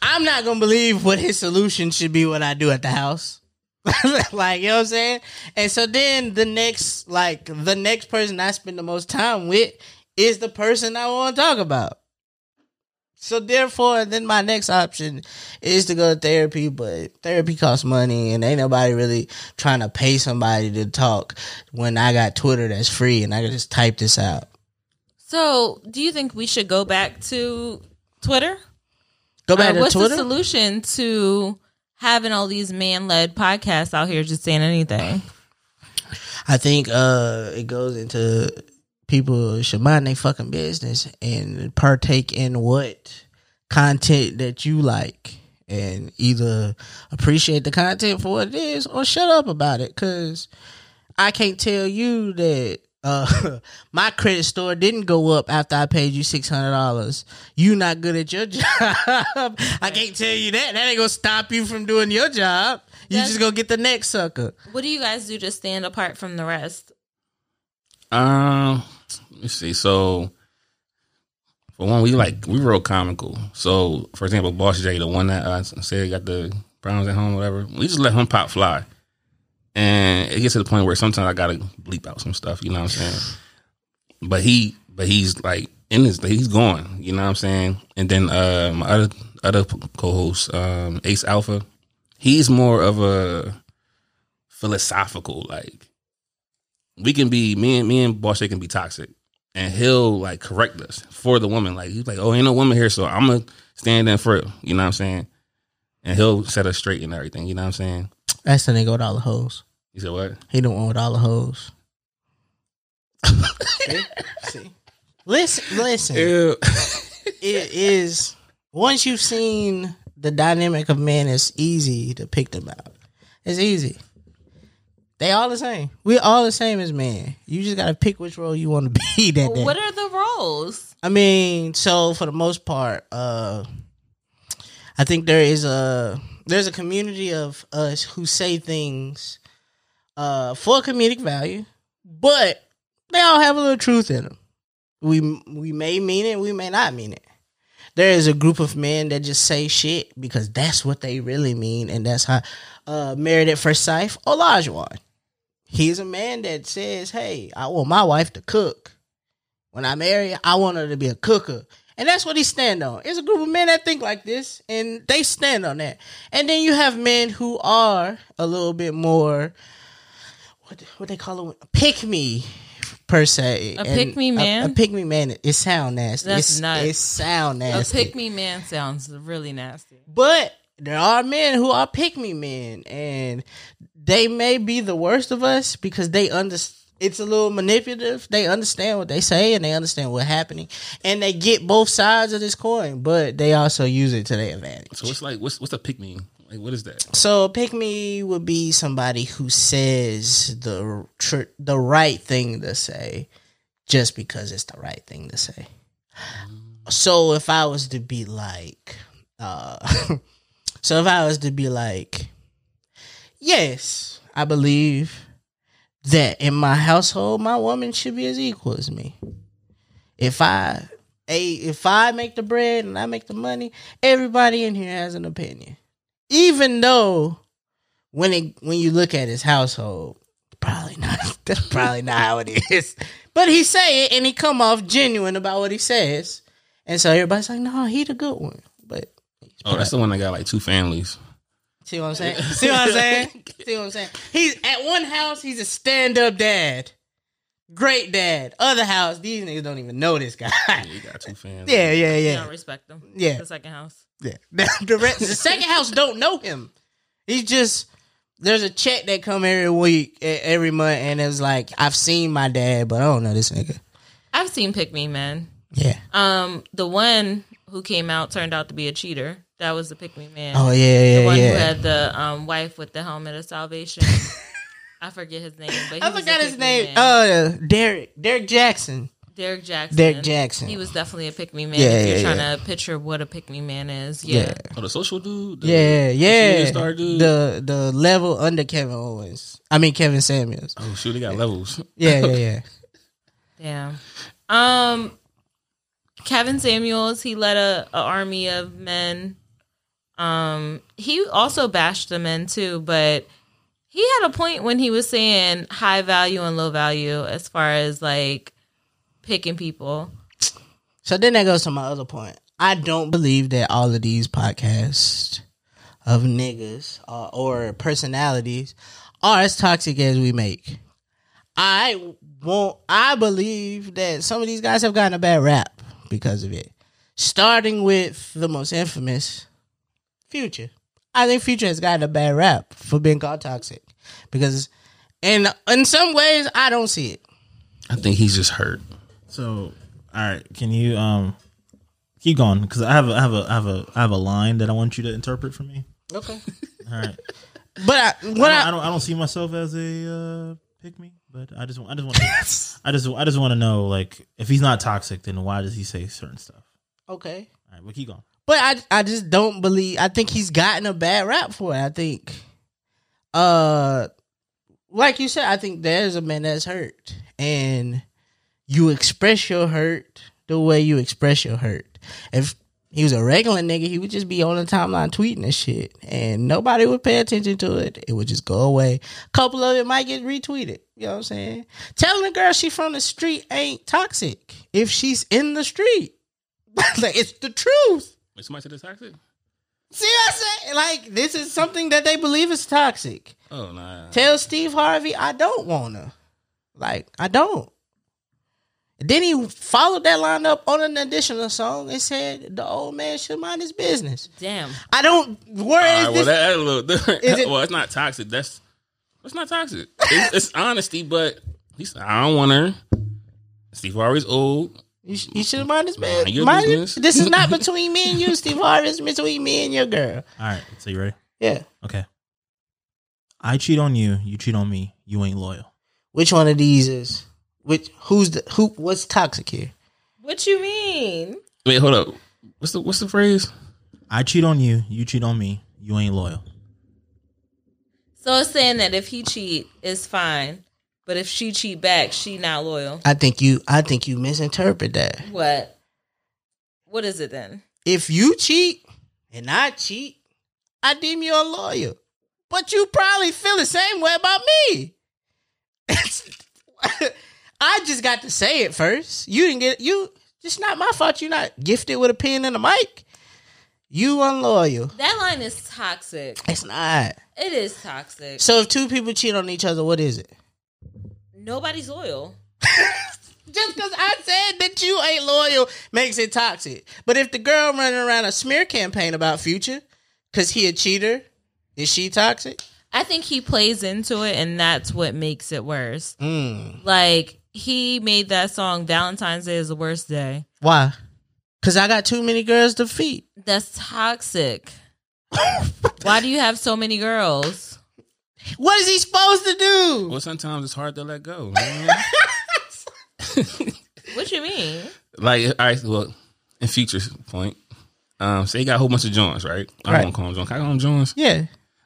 Speaker 3: I'm not gonna believe what his solution should be. What I do at the house, like you know what I'm saying. And so then the next, like the next person I spend the most time with is the person I want to talk about. So therefore, then my next option is to go to therapy, but therapy costs money, and ain't nobody really trying to pay somebody to talk when I got Twitter that's free and I can just type this out.
Speaker 4: So do you think we should go back to Twitter?
Speaker 3: Go back
Speaker 4: Uh,
Speaker 3: to
Speaker 4: what's
Speaker 3: Twitter.
Speaker 4: the solution to having all these man led podcasts out here just saying anything?
Speaker 3: I think uh, it goes into people should mind their fucking business and partake in what content that you like, and either appreciate the content for what it is or shut up about it. Cause I can't tell you that. Uh, my credit store didn't go up after I paid you six hundred dollars. You not good at your job. I can't tell you that. That ain't gonna stop you from doing your job. You
Speaker 4: That's-
Speaker 3: just gonna get the next sucker.
Speaker 4: What do you guys do to stand apart from the rest?
Speaker 8: Um, let me see. So, for one, we like we real comical. So, for example, Boss J, the one that I said got the Browns at home, whatever. We just let him pop fly, and it gets to the point where sometimes I gotta bleep out some stuff. You know what I'm saying? But he, but he's like in his, he's gone. You know what I'm saying? And then uh my other other co-host, um, Ace Alpha, he's more of a philosophical like we can be me and me and Boss Jay can be toxic, and he'll like correct us for the woman. Like he's like, oh, ain't no woman here, so I'm gonna stand in for it. You know what I'm saying? And he'll set us straight and everything. You know what I'm saying?
Speaker 3: That's the nigga with all the hoes.
Speaker 8: He said what?
Speaker 3: He the one with all the hoes. see? see? Listen, listen.
Speaker 8: Ew.
Speaker 3: It is once you've seen the dynamic of men is easy to pick them out. It's easy. They all the same. We all the same as men. You just gotta pick which role you want to be that day.
Speaker 4: What are the roles?
Speaker 3: I mean, so for the most part, uh, I think there is a there's a community of us who say things uh, for comedic value, but they all have a little truth in them. We we may mean it, we may not mean it. There is a group of men that just say shit because that's what they really mean, and that's how uh, Married at First Sight, Olajuwon. He's a man that says, "Hey, I want my wife to cook." When I marry, her, I want her to be a cooker. And that's what he stand on. It's a group of men that think like this and they stand on that. And then you have men who are a little bit more what what they call it pick me per se.
Speaker 4: A
Speaker 3: And
Speaker 4: pick-me man?
Speaker 3: A, pick me man. It, it sound nasty.
Speaker 4: That's
Speaker 3: it's,
Speaker 4: nuts.
Speaker 3: It sound
Speaker 4: A
Speaker 3: nasty.
Speaker 4: pick me man sounds really nasty.
Speaker 3: But there are men who are pick me men, and they may be the worst of us because they understand. It's a little manipulative. They understand what they say and they understand what's happening, and they get both sides of this coin, but they also use it to their advantage.
Speaker 8: So it's like what's what's a pick me? Like what is that?
Speaker 3: So pick me would be somebody who says the tr- the right thing to say, just because it's the right thing to say. So if I was to be like, uh, so if I was to be like, yes, I believe that in my household, my woman should be as equal as me. If I a if I make the bread and I make the money, everybody in here has an opinion even though when it when you look at his household, probably not that's probably not how it is. But he say it and he come off genuine about what he says. And so everybody's like, no, he the good one. But
Speaker 8: Oh, that's the one that got like two families.
Speaker 3: see what I'm saying? see what I'm saying? See what I'm saying? He's at one house, he's a stand up dad. Great dad. Other house, these niggas don't even know this guy.
Speaker 8: You got two families.
Speaker 3: yeah, yeah,
Speaker 4: I
Speaker 3: yeah.
Speaker 4: don't respect them.
Speaker 3: Yeah.
Speaker 4: The second house.
Speaker 3: Yeah. the, rest, the second house don't know him. He's just there's a check that come every week, e- every month, and it's like I've seen my dad, but I don't know this nigga.
Speaker 4: I've seen pick me men.
Speaker 3: Yeah.
Speaker 4: Um, the one who came out turned out to be a cheater. That was the pick me man.
Speaker 3: Oh yeah,
Speaker 4: the
Speaker 3: yeah,
Speaker 4: one who
Speaker 3: yeah.
Speaker 4: had the um wife with the helmet of salvation. I forget his name, but he
Speaker 3: I
Speaker 4: was a
Speaker 3: forgot his
Speaker 4: pick-me
Speaker 3: name.
Speaker 4: man.
Speaker 3: Uh, Derek. Derek Jackson.
Speaker 4: Derek Jackson.
Speaker 3: Derek Jackson.
Speaker 4: He was definitely a pick me man.
Speaker 3: Yeah,
Speaker 4: if you're
Speaker 3: yeah,
Speaker 4: trying to picture what a pick me man is, yeah.
Speaker 3: Yeah.
Speaker 8: Oh, the social dude. The-
Speaker 3: Yeah, yeah.
Speaker 8: the star dude?
Speaker 3: The the level under Kevin Owens. I mean Kevin Samuels.
Speaker 8: Oh shoot, they got levels.
Speaker 3: Yeah, yeah, yeah.
Speaker 4: Damn. Um, Kevin Samuels, he led a, a army of men. Um, he also bashed the men too, but he had a point when he was saying high value and low value as far as like picking people.
Speaker 3: So then that goes to my other point. I don't believe that all of these podcasts of niggas uh, or personalities are as toxic as we make. I won't. I believe that some of these guys have gotten a bad rap because of it. Starting with the most infamous, Future. I think Future has gotten a bad rap for being called toxic because, and in some ways, I don't see it.
Speaker 8: I think he's just hurt.
Speaker 7: So, all right, can you um keep going? Because I have a, I have a I have a I have a line that I want you to interpret for me.
Speaker 3: Okay,
Speaker 7: All right,
Speaker 3: but I,
Speaker 7: I
Speaker 3: what
Speaker 7: don't,
Speaker 3: I,
Speaker 7: I don't I don't see myself as a uh, pick me, but I just want- I just want I just I just want to know like if he's not toxic, then why does he say certain stuff?
Speaker 3: okay.
Speaker 7: All right, but keep going.
Speaker 3: But I I just don't believe I think he's gotten a bad rap for it. I think uh like you said, I think there's a man that's hurt and you express your hurt the way you express your hurt. If he was a regular nigga, he would just be on the timeline tweeting and shit. And nobody would pay attention to it. It would just go away. A couple of it might get retweeted. You know what I'm saying? Telling a girl she from the street ain't toxic if she's in the street. like it's the truth.
Speaker 8: Wait, somebody said it's toxic.
Speaker 3: See what I'm saying? Like, this is something that they believe is toxic.
Speaker 8: Oh nah.
Speaker 3: Tell Steve Harvey, I don't wanna. Like, I don't. Then he followed that line up on an additional song and said, The old man should mind his business.
Speaker 4: Damn.
Speaker 3: I don't, where
Speaker 8: All
Speaker 3: is this?
Speaker 8: right, well that, that's a little different.
Speaker 3: Is it-
Speaker 8: well, it's not toxic. That's that's not toxic. It's, it's honesty, but he's I don't want her. Steve Harvey's old.
Speaker 3: You, sh- you should have mind this man.
Speaker 8: Mind your
Speaker 3: Mind
Speaker 8: business.
Speaker 3: it. This is not between me and you, Steve Harvey. It's between me and your girl.
Speaker 7: All right. So you ready?
Speaker 3: Yeah.
Speaker 7: Okay. I cheat on you. You cheat on me. You ain't loyal.
Speaker 3: Which one of these is which? Who's the who? What's toxic here?
Speaker 4: What you mean?
Speaker 8: Wait, hold up. What's the what's the phrase?
Speaker 7: I cheat on you. You cheat on me. You ain't loyal.
Speaker 4: So it's saying that if he cheat, it's fine, but if she cheat back, she not loyal.
Speaker 3: I think you. I think you misinterpret that.
Speaker 4: What? What is it then?
Speaker 3: If you cheat and I cheat, I deem you unloyal. But you probably feel the same way about me. I just got to say it first. You didn't get you. It's not my fault. You're not gifted with a pen and a mic. You unloyal.
Speaker 4: That line is toxic.
Speaker 3: It's not.
Speaker 4: It is toxic.
Speaker 3: So if two people cheat on each other, what is it?
Speaker 4: Nobody's loyal.
Speaker 3: Just because I said that you ain't loyal makes it toxic. But if the girl running around a smear campaign about Future, cause he a cheater, is she toxic?
Speaker 4: I think he plays into it, and that's what makes it worse.
Speaker 3: Mm.
Speaker 4: Like he made that song "Valentine's Day is the worst day."
Speaker 3: Why? Cause I got too many girls to feed.
Speaker 4: That's toxic. Why do you have so many girls?
Speaker 3: What is he supposed to do?
Speaker 8: Well, sometimes it's hard to let go.
Speaker 4: What you mean?
Speaker 8: like, all right, well, in future point, um, say you got a whole bunch of Johns, right? I
Speaker 3: Right.
Speaker 8: don't want to call them Johns. Can I call them Johns?
Speaker 3: Yeah.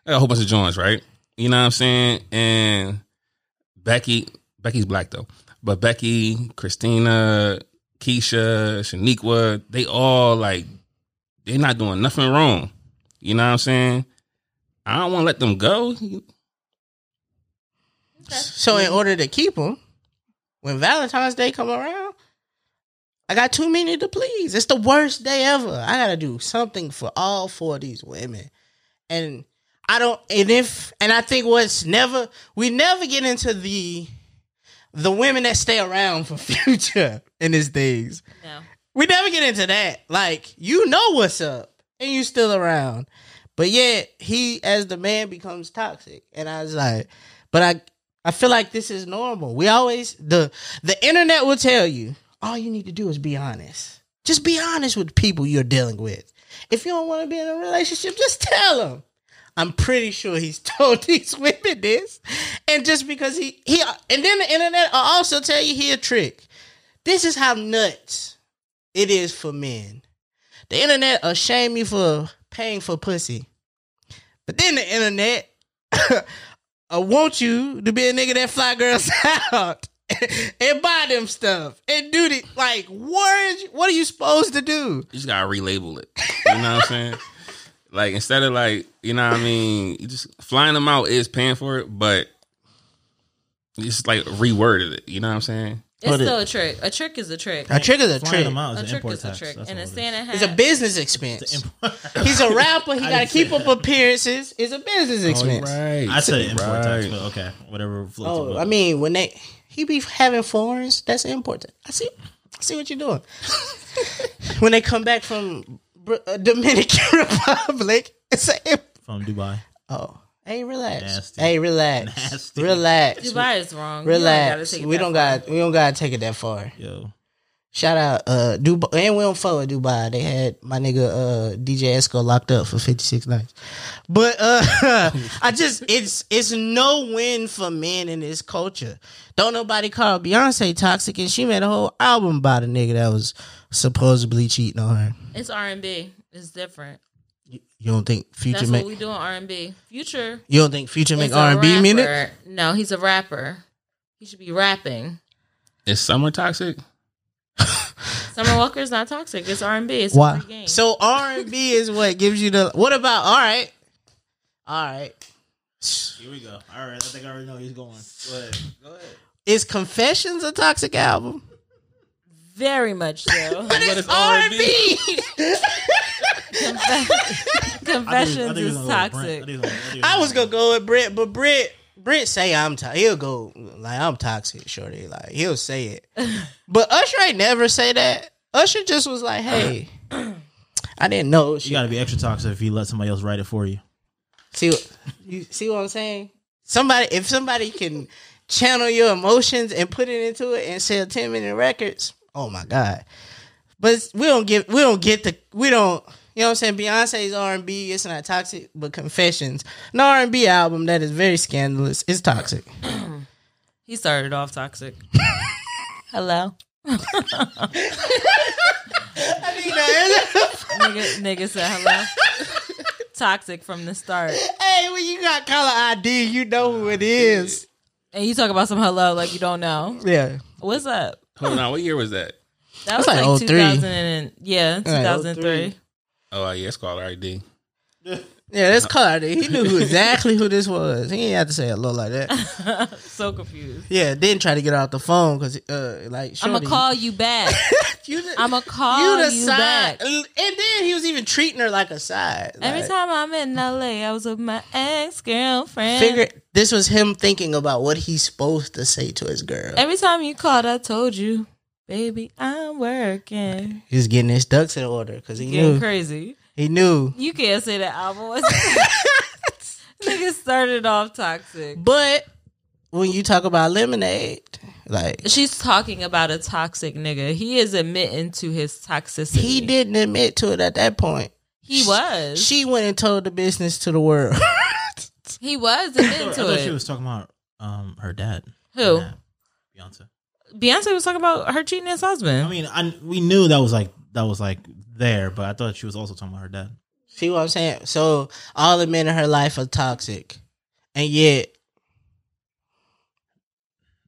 Speaker 8: I got a whole bunch of Johns, right? You know what I'm saying? And Becky, Becky's black though, but Becky, Christina, Keisha, Shaniqua, they all like they're not doing nothing wrong. You know what I'm saying? I don't want to let them go.
Speaker 3: So in order to keep them, when Valentine's Day come around, I got too many to please. It's the worst day ever. I gotta do something for all four of these women, and I don't. And if and I think what's never we never get into the the women that stay around for future in these days.
Speaker 4: No.
Speaker 3: We never get into that. Like you know what's up, and you still around, but yet he as the man becomes toxic. And I was like, but I I feel like this is normal. We always the the internet will tell you all you need to do is be honest. Just be honest with the people you're dealing with. If you don't want to be in a relationship, just tell them. I'm pretty sure he's told these women this, and just because he he and then the internet will also tell you he a trick. This is how nuts it is for men. The internet will shame you for paying for pussy, but then the internet I want you to be a nigga that fly girls out and buy them stuff and do the like. What? is- What are you supposed to do?
Speaker 8: You just gotta relabel it. You know what I'm saying? Like instead of like, you know what I mean, you just flying them out is paying for it, but you just like reworded it. You know what I'm saying?
Speaker 4: It's
Speaker 7: Put it-
Speaker 4: still a trick. A trick is a trick.
Speaker 3: A trick is a
Speaker 7: Flying
Speaker 3: trick.
Speaker 7: them out
Speaker 4: A
Speaker 7: is an
Speaker 4: trick
Speaker 7: import
Speaker 4: is a
Speaker 7: tax.
Speaker 4: trick.
Speaker 7: That's
Speaker 4: And a
Speaker 7: what it is.
Speaker 4: Santa hat.
Speaker 3: It's a business expense.
Speaker 7: Import-
Speaker 3: He's a rapper. He got to
Speaker 7: didn't
Speaker 3: keep
Speaker 7: say Oh,
Speaker 3: up appearances. It's a business expense.
Speaker 8: Right.
Speaker 7: I said import tax,
Speaker 8: Right.
Speaker 7: but okay, whatever. Floats your
Speaker 3: Oh,
Speaker 7: boat.
Speaker 3: I mean, when they he be having foreigns, that's important. I see, I see what you're doing. when they come back from Br- uh, Dominican Republic, it's a
Speaker 7: from Dubai.
Speaker 3: oh, hey, relax,
Speaker 7: Nasty.
Speaker 3: hey, relax,
Speaker 7: Nasty.
Speaker 3: relax,
Speaker 4: Dubai is wrong. You don't gotta
Speaker 3: relax.
Speaker 4: take it
Speaker 3: we
Speaker 4: that
Speaker 3: don't
Speaker 4: far.
Speaker 3: got we don't gotta take it that far.
Speaker 7: Yo,
Speaker 3: Shout out uh Dubai and we don't fuck with Dubai. They had my nigga uh DJ Esco locked up for fifty six nights. But uh I just it's it's no win for men in this culture. Don't nobody call Beyonce toxic and she made a whole album about a nigga that was supposedly cheating on her.
Speaker 4: It's R and B. It's different.
Speaker 3: You don't think future
Speaker 4: That's
Speaker 3: make
Speaker 4: what we do in R and B. Future
Speaker 3: you don't think future make
Speaker 4: is a
Speaker 3: R and B minute?
Speaker 4: rapper. No, he's a rapper. He should be rapping.
Speaker 8: Is summer toxic?
Speaker 4: Summer Walker's not toxic. It's R and B. It's a
Speaker 3: Why?
Speaker 4: free game.
Speaker 3: So R and B is what gives you the what about all right. All right.
Speaker 7: here we go. All right, I think I already know where he's going. Go ahead. Go ahead.
Speaker 3: Is Confessions a toxic album?
Speaker 4: very much so.
Speaker 8: But
Speaker 3: It's R&B.
Speaker 4: Confessions is toxic.
Speaker 3: I was gonna go with Brent, but Brent, Brent say I'm toxic. He'll go like I'm toxic, shorty. Like he'll say it, but Usher ain't never say that. Usher just was like, hey, I didn't know.
Speaker 7: You
Speaker 3: She,
Speaker 7: gotta be extra toxic if you let somebody else write it for you.
Speaker 3: see, what- you see what I'm saying? Somebody, if somebody can channel your emotions and put it into it and sell ten minute records, Oh my god. But it's- we don't get we don't get the we don't you know what I'm saying? Beyonce's R and B, it's not toxic, but Confessions, an R and B album that is very scandalous, is toxic.
Speaker 4: He started off toxic.
Speaker 5: Hello.
Speaker 3: hey,
Speaker 4: nigga, nigga said hello. toxic from the start.
Speaker 3: when you got color ID, you know who it is.
Speaker 4: And you talk about some hello like you don't know.
Speaker 3: Yeah.
Speaker 4: What's up?
Speaker 8: Hold on, what year was that?
Speaker 4: That was
Speaker 3: like
Speaker 4: like,
Speaker 3: 03.
Speaker 4: 2000 and yeah, 2003.
Speaker 3: 03.
Speaker 8: Oh yeah, it's called RD.
Speaker 3: Yeah, that's color ID. He knew who exactly who this was. He didn't have to say hello like that.
Speaker 4: so confused.
Speaker 3: Yeah, then try to get her off the phone because uh like
Speaker 4: I'm gonna
Speaker 3: shorty,
Speaker 4: call you back.
Speaker 3: you the-
Speaker 4: I'm gonna call
Speaker 3: you
Speaker 4: you,
Speaker 3: the side.
Speaker 4: back.
Speaker 3: And then he was even treating her like a side.
Speaker 4: Every
Speaker 3: like-
Speaker 4: time I'm in LA, I was with my ex girlfriend.
Speaker 3: figure this was him thinking about what he's supposed to say to his girl.
Speaker 4: Every time you called, I told you, baby, I'm working.
Speaker 3: He's getting his ducks in order because he
Speaker 4: Getting
Speaker 3: knew
Speaker 4: crazy.
Speaker 3: he knew.
Speaker 4: You can't say that album was. Nigga started off toxic.
Speaker 3: But when you talk about lemonade, like
Speaker 4: She's talking about a toxic nigga. He is admitting to his toxicity.
Speaker 3: he didn't admit to it at that point.
Speaker 4: He was.
Speaker 3: She went and told the business to the world.
Speaker 4: he was
Speaker 7: I
Speaker 4: admitting to
Speaker 7: thought she
Speaker 4: it.
Speaker 7: was talking about um her dad.
Speaker 4: Who?
Speaker 7: Her dad, Beyonce.
Speaker 4: Beyonce was talking about her cheating his husband.
Speaker 7: I mean, I we knew that was like that was like there, but I thought she was also talking about her dad.
Speaker 3: See what I'm saying? So all the men in her life are toxic, and yet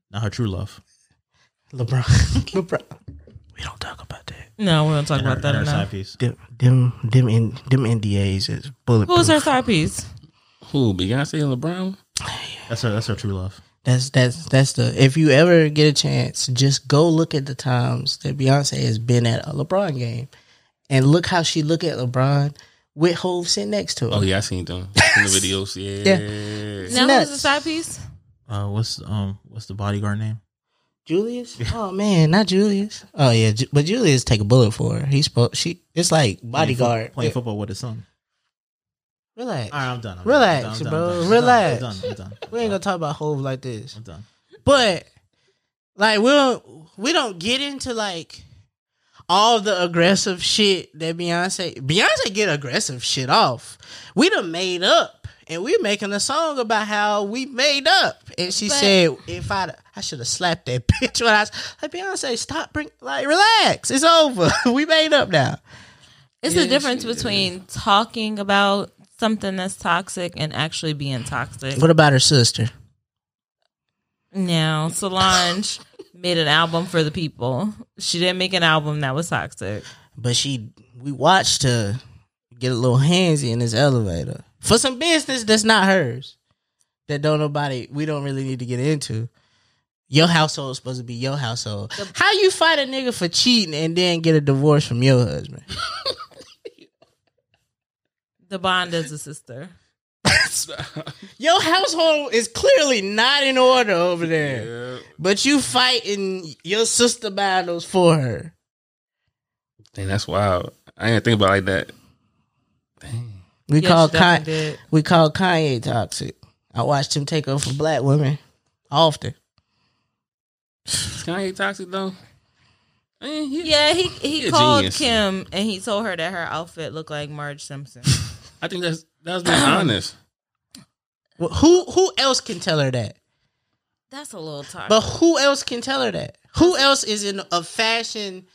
Speaker 7: Not her true love.
Speaker 3: LeBron, LeBron, we don't talk about that.
Speaker 4: no, we don't talk
Speaker 7: And her,
Speaker 4: about that
Speaker 7: and her
Speaker 4: enough.
Speaker 7: side piece.
Speaker 3: Them, them, them, in, them NDAs is
Speaker 4: Who
Speaker 3: bulletproof.
Speaker 4: was her side piece?
Speaker 8: Who? Beyonce and LeBron?
Speaker 7: That's her. That's her true love.
Speaker 3: That's that's that's the if you ever get a chance, just go look at the times that Beyonce has been at a LeBron game, and look how she look at LeBron with Hov sitting next to her.
Speaker 8: Oh yeah, I seen them in the videos. Yeah. yeah.
Speaker 4: Now who's
Speaker 3: nuts.
Speaker 4: the side piece?
Speaker 7: Uh, what's um what's the bodyguard name?
Speaker 3: Julius. Oh man, not Julius. Oh yeah, Ju- but Julius take a bullet for her. He's supposed she. It's like
Speaker 7: Playing fo-
Speaker 3: bodyguard.
Speaker 7: playing football with his son.
Speaker 3: Relax.
Speaker 7: All right, I'm done. I'm
Speaker 3: Relax,
Speaker 7: done, I'm
Speaker 3: bro.
Speaker 7: done, I'm
Speaker 3: Relax.
Speaker 7: Done, I'm done. I'm done. I'm
Speaker 3: We ain't
Speaker 7: done.
Speaker 3: gonna talk about Hov like this.
Speaker 7: I'm done.
Speaker 3: but like we don't we don't get into like all the aggressive shit that Beyonce Beyonce get aggressive shit off. We done made up and we making a song about how we made up. And she
Speaker 4: But-
Speaker 3: said, "If I I should have slapped that bitch when I was like Beyonce, stop bring like relax, it's over. we made up now."
Speaker 4: It's the difference between talking about something that's toxic and actually being toxic.
Speaker 3: What about her sister?
Speaker 4: Now, Solange made an album for the people. She didn't make an album that was toxic.
Speaker 3: But she, we watched her get a little handsy in this elevator for some business that's not hers. That don't nobody. We don't really need to get into. Your household is supposed to be your household. How you fight a nigga for cheating and then get a divorce from your husband?
Speaker 4: The bond as a sister.
Speaker 3: Your household is clearly not in order over there. But you fighting your sister battles for her.
Speaker 8: Dang, that's wild. I didn't think about it like that.
Speaker 3: We
Speaker 4: Yeah,
Speaker 3: call
Speaker 4: she definitely
Speaker 3: Kanye.
Speaker 4: did.
Speaker 3: We call Kanye toxic. I watched him take over for black women often.
Speaker 8: Is Kanye toxic though? Eh, he-
Speaker 4: Yeah, he he
Speaker 8: a
Speaker 4: called
Speaker 8: genius.
Speaker 4: Kim and he told her that her outfit looked like Marge Simpson.
Speaker 8: I think that's that's being honest.
Speaker 3: Well, who who else can tell her that?
Speaker 4: That's a little toxic.
Speaker 3: But who else can tell her that? Who else is in a fashion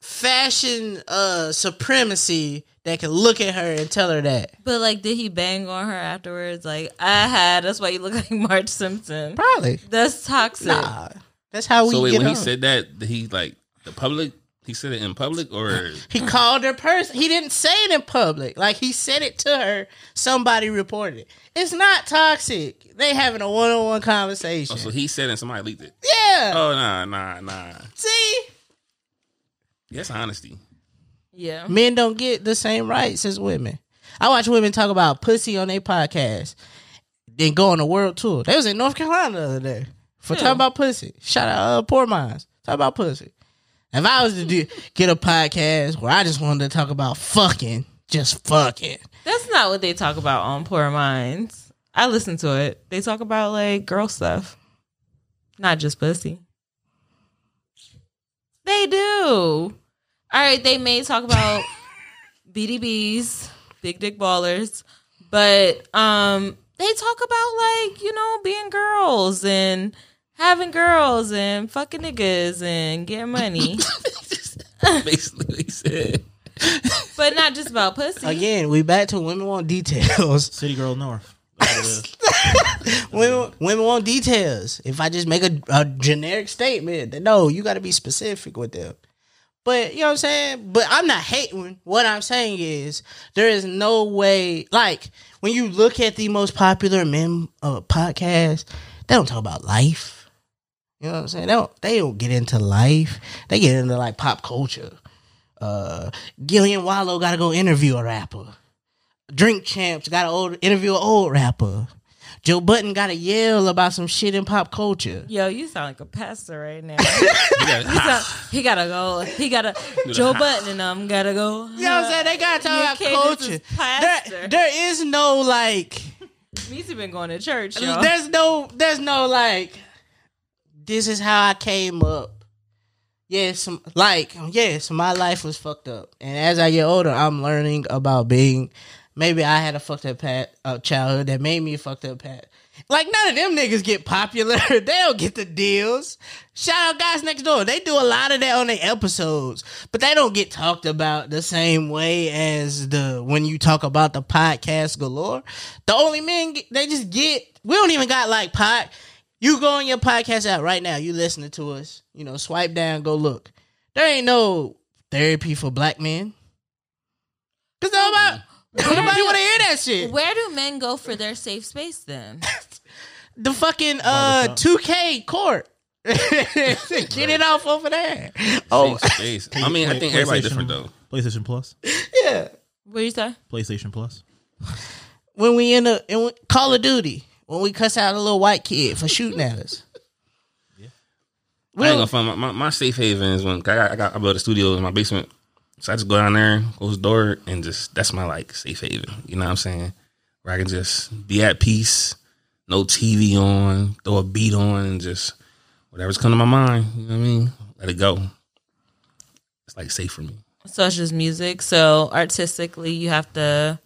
Speaker 3: fashion uh supremacy that can look at her and tell her that?
Speaker 4: But like, did he bang on her afterwards? Like, I had. That's why you look like Marge Simpson.
Speaker 3: Probably.
Speaker 4: That's toxic.
Speaker 3: Nah. That's how we
Speaker 8: So wait,
Speaker 3: Oh, get
Speaker 8: when he
Speaker 3: on.
Speaker 8: said that, did he like the public? He said it in public, or
Speaker 3: he called her person. He didn't say it in public. Like he said it to her. Somebody reported it. It's not toxic. They having a one on one conversation.
Speaker 8: oh, so he said it and somebody leaked it.
Speaker 3: yeah.
Speaker 8: Oh nah nah nah.
Speaker 3: See,
Speaker 8: That's honesty.
Speaker 4: Yeah.
Speaker 3: men don't get the same rights as women. I watch women talk about pussy on their podcast, then go on a world tour. They was in North Carolina the other day for talking about pussy. Shout out uh, Poor Minds. Talk about pussy. If I was to do get a podcast where I just wanted to talk about fucking, just fucking.
Speaker 4: That's not what they talk about on Poor Minds. I listen to it. They talk about like girl stuff, not just pussy. They do. All right, they may talk about BDBs, big dick ballers, but um they talk about like, you know, being girls and having girls and fucking niggas and getting money.
Speaker 8: Basically, what he said.
Speaker 4: but not just about pussy.
Speaker 3: Again, we back to women want details.
Speaker 7: City Girl North. That's what it is.
Speaker 3: women, women want details. If I just make a, a generic statement, then no, you got to be specific with them. But you know what I'm saying? But I'm not hating. What I'm saying is there is no way like when you look at the most popular men uh, podcast, they don't talk about life. You know what I'm saying? They don't they don't get into life. They get into like pop culture. Uh Gillian Wallow gotta go interview a rapper. Drink Champs gotta old, interview an old rapper. Joe Button gotta yell about some shit in pop culture.
Speaker 4: Yo, you sound like a pastor right now. You sound- he gotta go. He gotta Joe Button and um gotta go.
Speaker 3: You know what I'm saying? They gotta
Speaker 4: Your
Speaker 3: talk
Speaker 4: kid
Speaker 3: about
Speaker 4: is
Speaker 3: culture.
Speaker 4: a pastor.
Speaker 3: There, there is no like
Speaker 4: Meesy been going to church, yo.
Speaker 3: There's no, there's no like. This is how I came up. Yes, m- like yes, my life was fucked up, and as I get older, I'm learning about being. Maybe I had a fucked up pat, uh, childhood that made me a fucked up pat. Like none of them niggas get popular. they don't get the deals. Shout out guys next door. They do a lot of that on their episodes, but they don't get talked about the same way as the when you talk about the podcast galore. The only men get- they just get. We don't even got like pod. You go on your podcast app right now. You listening to us. You know, swipe down, go look. There ain't no therapy for black men. Cause nobody, nobody want to hear that shit.
Speaker 4: Where do men go for their safe space then?
Speaker 3: the fucking uh two K court. Get it off over there. Oh
Speaker 8: Jeez, jeez. I mean, I
Speaker 7: Play-
Speaker 8: think everybody
Speaker 7: PlayStation-
Speaker 8: different though.
Speaker 7: PlayStation Plus.
Speaker 3: yeah.
Speaker 4: What you say?
Speaker 7: PlayStation Plus.
Speaker 3: When we in a in Call of Duty, when we cuss out a little white kid for shooting at us.
Speaker 8: I ain't gonna find my, my, my safe haven is when I got, I got I built a studio in my basement, so I just go down there, close the door, and just that's my like safe haven. You know what I'm saying? Where I can just be at peace, no TV on, throw a beat on, and just whatever's come to my mind. You know what I mean? Let it go. It's like safe for me.
Speaker 4: So it's just music. So artistically, you have to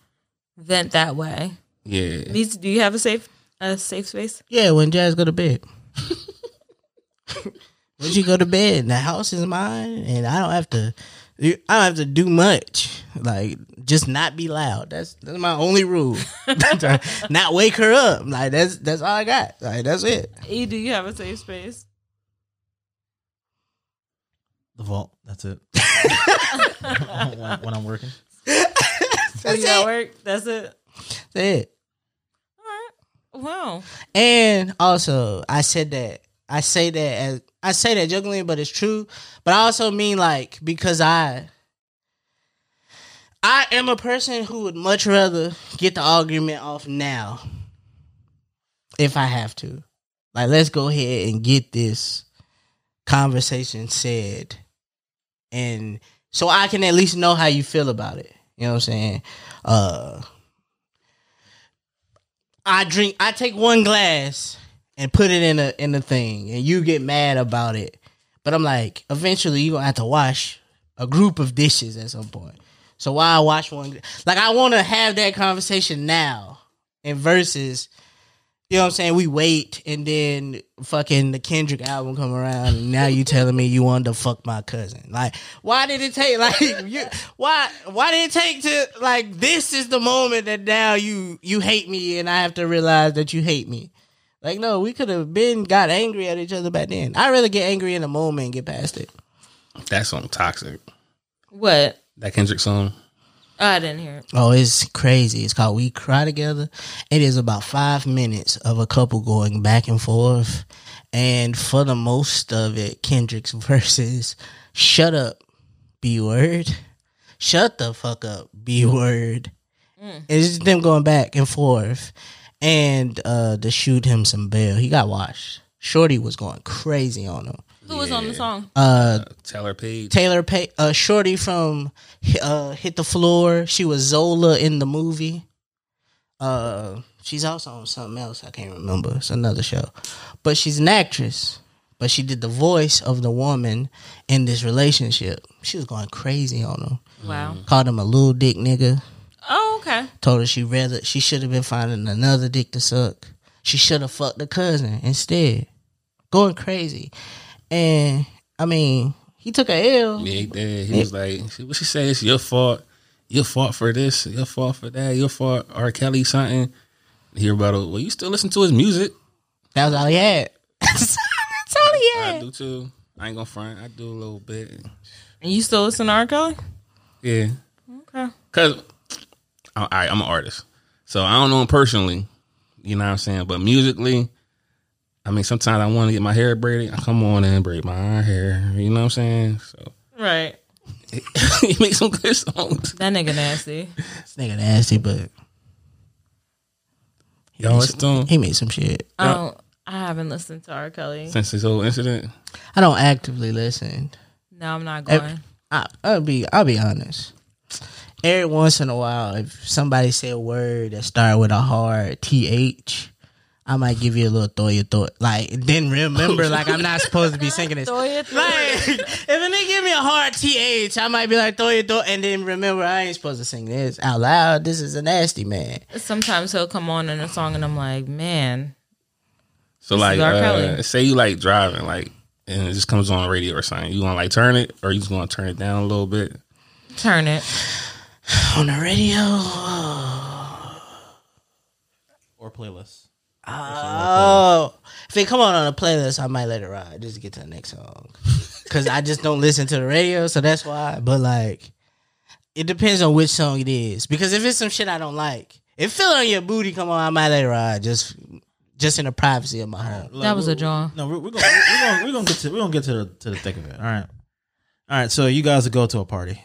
Speaker 4: vent that way.
Speaker 8: Yeah.
Speaker 4: Meesy, do you have a safe a safe space?
Speaker 3: Yeah, when Jazz go to bed. when she go to bed, the house is mine, and I don't have to. I don't have to do much. Like just not be loud. That's that's my only rule. not wake her up. Like that's that's all I got. Like that's it.
Speaker 4: E, do you have a safe space?
Speaker 7: The vault. That's it. when, when I'm working.
Speaker 4: That's you at work. That's it.
Speaker 3: That's it.
Speaker 4: All right. Wow.
Speaker 3: And also, I said that. I say that as I say that juggling, but it's true. But I also mean like because I I am a person who would much rather get the argument off now if I have to. Like let's go ahead and get this conversation said and so I can at least know how you feel about it. You know what I'm saying? Uh I drink. I take one glass and put it in a in a thing, and you get mad about it. But I'm like, eventually you are gonna have to wash a group of dishes at some point. So why I wash one? Like I want to have that conversation now, and versus, you know what I'm saying? We wait, and then fucking the Kendrick album come around, and now you telling me you wanted to fuck my cousin. Like, why did it take? Like, you, why why did it take to like this is the moment that now you you hate me, and I have to realize that you hate me. Like, no, we could have been got angry at each other back then. I rather get angry in the moment and get past it.
Speaker 8: That song toxic.
Speaker 4: What?
Speaker 8: That Kendrick song.
Speaker 4: Oh, I didn't hear it.
Speaker 3: Oh, it's crazy. It's called We Cry Together. It is about five minutes of a couple going back and forth. And for the most of it, Kendrick's verses shut up, B word. Shut the fuck up, B word. It's just them going back and forth. And uh to shoot him some bail. He got washed. Shorty was going crazy on him.
Speaker 4: Who was on the song?
Speaker 3: Uh
Speaker 8: Taylor Page.
Speaker 3: Taylor Pay uh Shorty from uh Hit the Floor. She was Zola in the movie. Uh she's also on something else I can't remember. It's another show. But she's an actress. but she did the voice of the woman in this relationship. She was going crazy on him.
Speaker 4: Wow.
Speaker 3: Called him a little dick nigga.
Speaker 4: Oh, okay.
Speaker 3: Told her she rather she should have been finding another dick to suck. She should have fucked the cousin instead. Going crazy. And I mean, he took a L.
Speaker 8: Yeah, he did. He was like, she- "What she say? It's your fault. Your fault for this. Your fault for that. Your fault." R. Kelly something. Hear about it? Well, you still listen to his music?
Speaker 3: That was all he had. That's all he
Speaker 8: I
Speaker 3: had.
Speaker 8: do too. I ain't gonna front. I do a little bit.
Speaker 4: And you still listen to R. Kelly?
Speaker 8: Yeah,
Speaker 4: Okay.
Speaker 8: cause all right, I'm an artist, so I don't know him personally. You know what I'm saying? But musically, I mean, sometimes I want to get my hair braided. I come on and braid my hair. You know what I'm saying? So
Speaker 4: Right.
Speaker 8: he makes some good songs.
Speaker 4: That nigga nasty.
Speaker 3: This nigga nasty, but
Speaker 8: Y'all listen to him
Speaker 3: he made some shit.
Speaker 4: I don't. I haven't listened to R. Kelly.
Speaker 8: since this whole incident.
Speaker 3: I don't actively listen.
Speaker 4: No, I'm not going.
Speaker 3: I, I'll be I'll be honest. Every once in a while, if somebody say a word that start with a hard th, I might give you a little throw your thought. Like then remember, like I'm not supposed to be singing this. Like
Speaker 4: it.
Speaker 3: if they give me a hard th, I might be like throw your thought, and then remember I ain't supposed to sing this out loud. This is a nasty man.
Speaker 4: Sometimes he'll come on in a song, and I'm like, man,
Speaker 8: So
Speaker 4: This
Speaker 8: like,
Speaker 4: is R. Kelly.
Speaker 8: uh, say you like driving, like, and it just comes on the radio or something. You gonna like turn it, or you just gonna turn it down a little bit?
Speaker 4: turn it.
Speaker 3: On the radio,
Speaker 7: or playlist.
Speaker 3: Oh, if it come on on a playlist, I might let it ride just to get to the next song. Cause I just don't listen to the radio, so that's why. But like, it depends on which song it is. Because if it's some shit I don't like, if "Feel It on Your Booty" come on, I might let it ride just, just in the privacy of my home.
Speaker 4: That was a jaw.
Speaker 7: No, we're, we're gonna we're gonna we're gonna get to we're gonna get to the to the thick of it. All right, all right. So you guys will go to a party.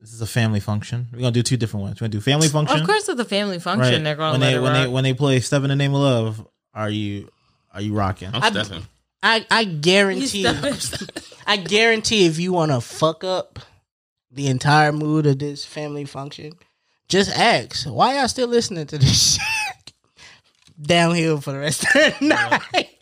Speaker 7: This is a family function. We're gonna do two different ones. We're gonna do family function.
Speaker 4: Of course, it's a family function. They're gonna
Speaker 7: when
Speaker 4: let
Speaker 7: they
Speaker 4: it
Speaker 7: when
Speaker 4: rock.
Speaker 7: they when they play "Step in the Name of Love," are you are you rocking?
Speaker 8: I'm
Speaker 3: I-
Speaker 8: stepping.
Speaker 3: I I
Speaker 4: You
Speaker 3: guarantee,
Speaker 4: stop it.
Speaker 3: I guarantee, if you want to fuck up the entire mood of this family function, just ask why y'all still listening to this shit downhill for the rest of the night.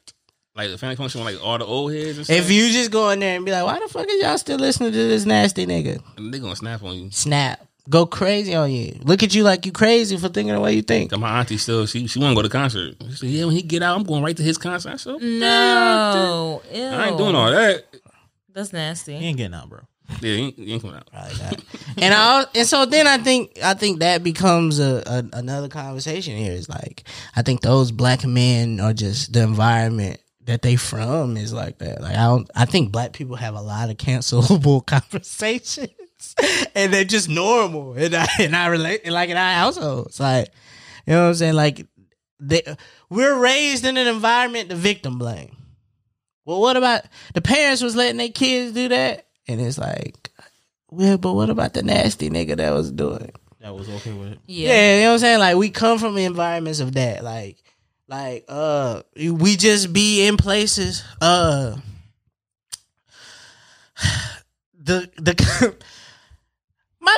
Speaker 8: Like the family function with like all the old heads. And stuff,
Speaker 3: If you just go in there and be like, why the fuck is y'all still listening to this nasty nigga?
Speaker 8: they gonna snap on you.
Speaker 3: Snap. Go crazy on you. Look at you like you crazy for thinking the way you think.
Speaker 8: Cause my auntie still she she wanna go to concert. She said, "Yeah, when he get out, I'm going right to his concert." I said, "Okay,
Speaker 4: no, Ew.
Speaker 8: I ain't doing all that."
Speaker 4: That's
Speaker 7: You
Speaker 4: nasty.
Speaker 7: ain't getting out, bro.
Speaker 8: Yeah, he ain't, he ain't coming out.
Speaker 3: Probably not. and I al- and so then I think I think that becomes a, a another conversation here. Is like I think those black men are just the environment that they from is like that. Like I don't I think black people have a lot of cancelable conversations. and they're just normal and I and I relate like in our households. Like you know what I'm saying? Like they, we're raised in an environment to victim blame. Well, what about the parents was letting their kids do that? And it's like, well, but what about the nasty nigga that was doing? it?
Speaker 7: That was okay with it.
Speaker 3: Yeah,
Speaker 4: Yeah.
Speaker 3: you know what I'm saying? Like we come from environments of that. Like like uh we just be in places uh the the my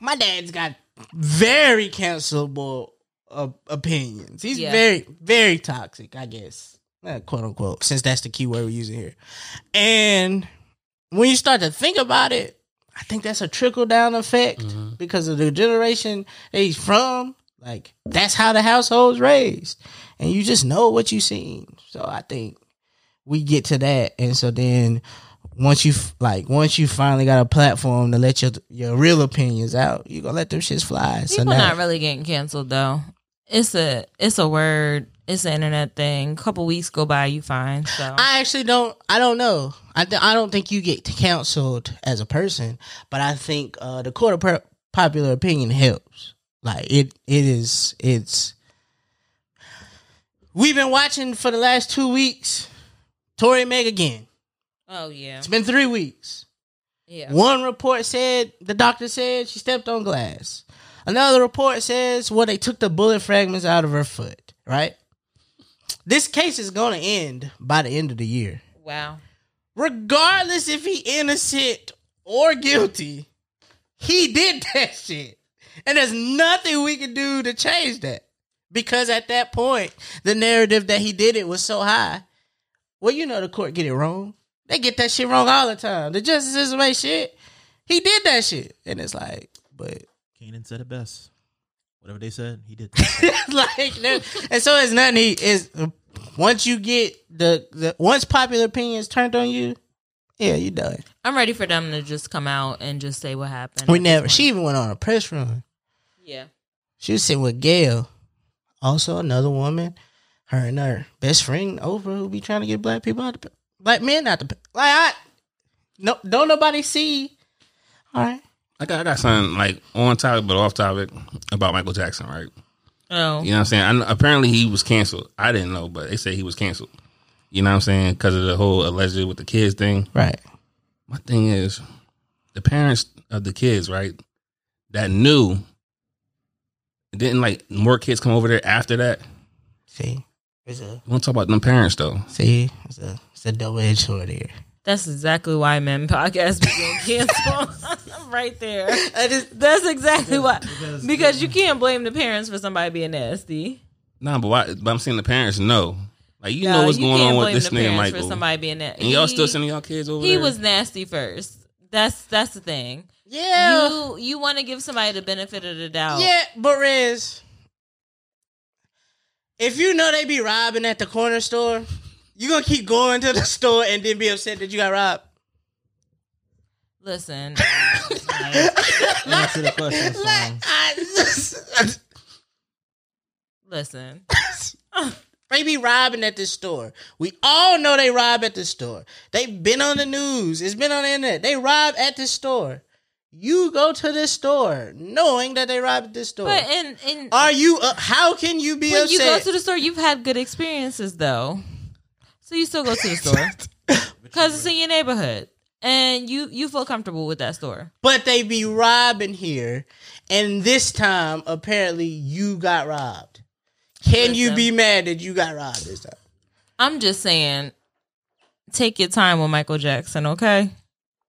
Speaker 3: my dad's got very cancelable uh, opinions. He's
Speaker 4: Yeah.
Speaker 3: very very toxic, I guess. Uh, quote unquote, since that's the key word we're using here. And when you start to think about it, I think that's a trickle down effect
Speaker 4: Mm-hmm.
Speaker 3: because of the generation that he's from. Like that's how the household's raised, and you just know what you've seen. So I think we get to that, and so then once you f- like once you finally got a platform to let your your real opinions out, you gonna let them shits fly. so
Speaker 4: People
Speaker 3: now,
Speaker 4: not really getting canceled though. It's a it's a word. It's an internet thing. couple weeks go by, you fine. So
Speaker 3: I actually don't. I don't know. I th- I don't think you get counseled as a person, but I think uh, the court of per- popular opinion helps. Like it, it is. It's. We've been watching for the last two weeks. Tory Meg again.
Speaker 4: oh yeah,
Speaker 3: It's been three weeks.
Speaker 4: yeah.
Speaker 3: One report said the doctor said she stepped on glass. Another report says well they took the bullet fragments out of her foot. Right. This case is going to end by the end of the year
Speaker 4: Wow.
Speaker 3: regardless if he innocent or guilty, he did that shit. And there's nothing we can do to change that. Because at that point, the narrative that he did it was so high. Well, you know the court get it wrong. They get that shit wrong all the time. The justice system ain't shit. He did that shit, and it's like, but
Speaker 7: Kanan said it best. Whatever they said, he did.
Speaker 3: like, there- and so it's nothing. He is once you get the, the once popular opinions turned on you, yeah, you done.
Speaker 4: I'm ready for them to just come out and just say what happened.
Speaker 3: We
Speaker 4: at this
Speaker 3: never.
Speaker 4: point.
Speaker 3: She even went on a press run.
Speaker 4: yeah.
Speaker 3: She was sitting with Gail, also another woman. Her and her best friend over who be trying to get black people out the black men out the like. I no don't nobody see. All right.
Speaker 8: I got I got something like on topic but off topic about Michael Jackson, right?
Speaker 4: Oh.
Speaker 8: You know what I'm saying? I, kn- apparently he was canceled. I didn't know, but they say he was canceled. You know what I'm saying? Because of the whole alleged with the kids thing.
Speaker 3: Right.
Speaker 8: My thing is, the parents of the kids, right, that knew, didn't like more kids come over there after that.
Speaker 3: See, it's a
Speaker 8: We don't talk about them parents though.
Speaker 3: see, it's a it's a double edged sword here.
Speaker 4: That's exactly why men podcast being canceled. right there.
Speaker 3: I just
Speaker 4: That's exactly why.
Speaker 7: Because-
Speaker 4: Because you can't blame the parents for somebody being nasty.
Speaker 8: Nah, but why, but I'm seeing the parents know. Like you
Speaker 4: No,
Speaker 8: know what's going
Speaker 4: can't
Speaker 8: on with
Speaker 4: blame
Speaker 8: this
Speaker 4: the
Speaker 8: nigga
Speaker 4: parents
Speaker 8: Michael.
Speaker 4: for somebody being nasty.
Speaker 8: and y'all
Speaker 4: He-
Speaker 8: still sending y'all kids over
Speaker 4: He
Speaker 8: there?
Speaker 4: was nasty first. That's that's the thing.
Speaker 3: yeah
Speaker 4: You you want to give somebody the benefit of the doubt.
Speaker 3: yeah, but Riz, if you know they be robbing at the corner store, you gonna keep going to the store and then be upset that you got robbed.
Speaker 4: Listen,
Speaker 7: Answer the question.
Speaker 3: Like, I just,
Speaker 4: listen.
Speaker 3: they be robbing at this store. We all know they rob at the store. They've been on the news. It's been on the internet. They rob at this store. You go to this store knowing that they robbed at this store.
Speaker 4: But in in
Speaker 3: Are you? Uh, how can you be
Speaker 4: when
Speaker 3: upset?
Speaker 4: you go to the store, you've had good experiences though, so you still go to the store because it's in your neighborhood and you you feel comfortable with that store.
Speaker 3: but they be robbing here, and this time apparently you got robbed. Can you
Speaker 4: Listen.
Speaker 3: be mad that you got robbed this time?
Speaker 4: I'm just saying, take your time with Michael Jackson, okay?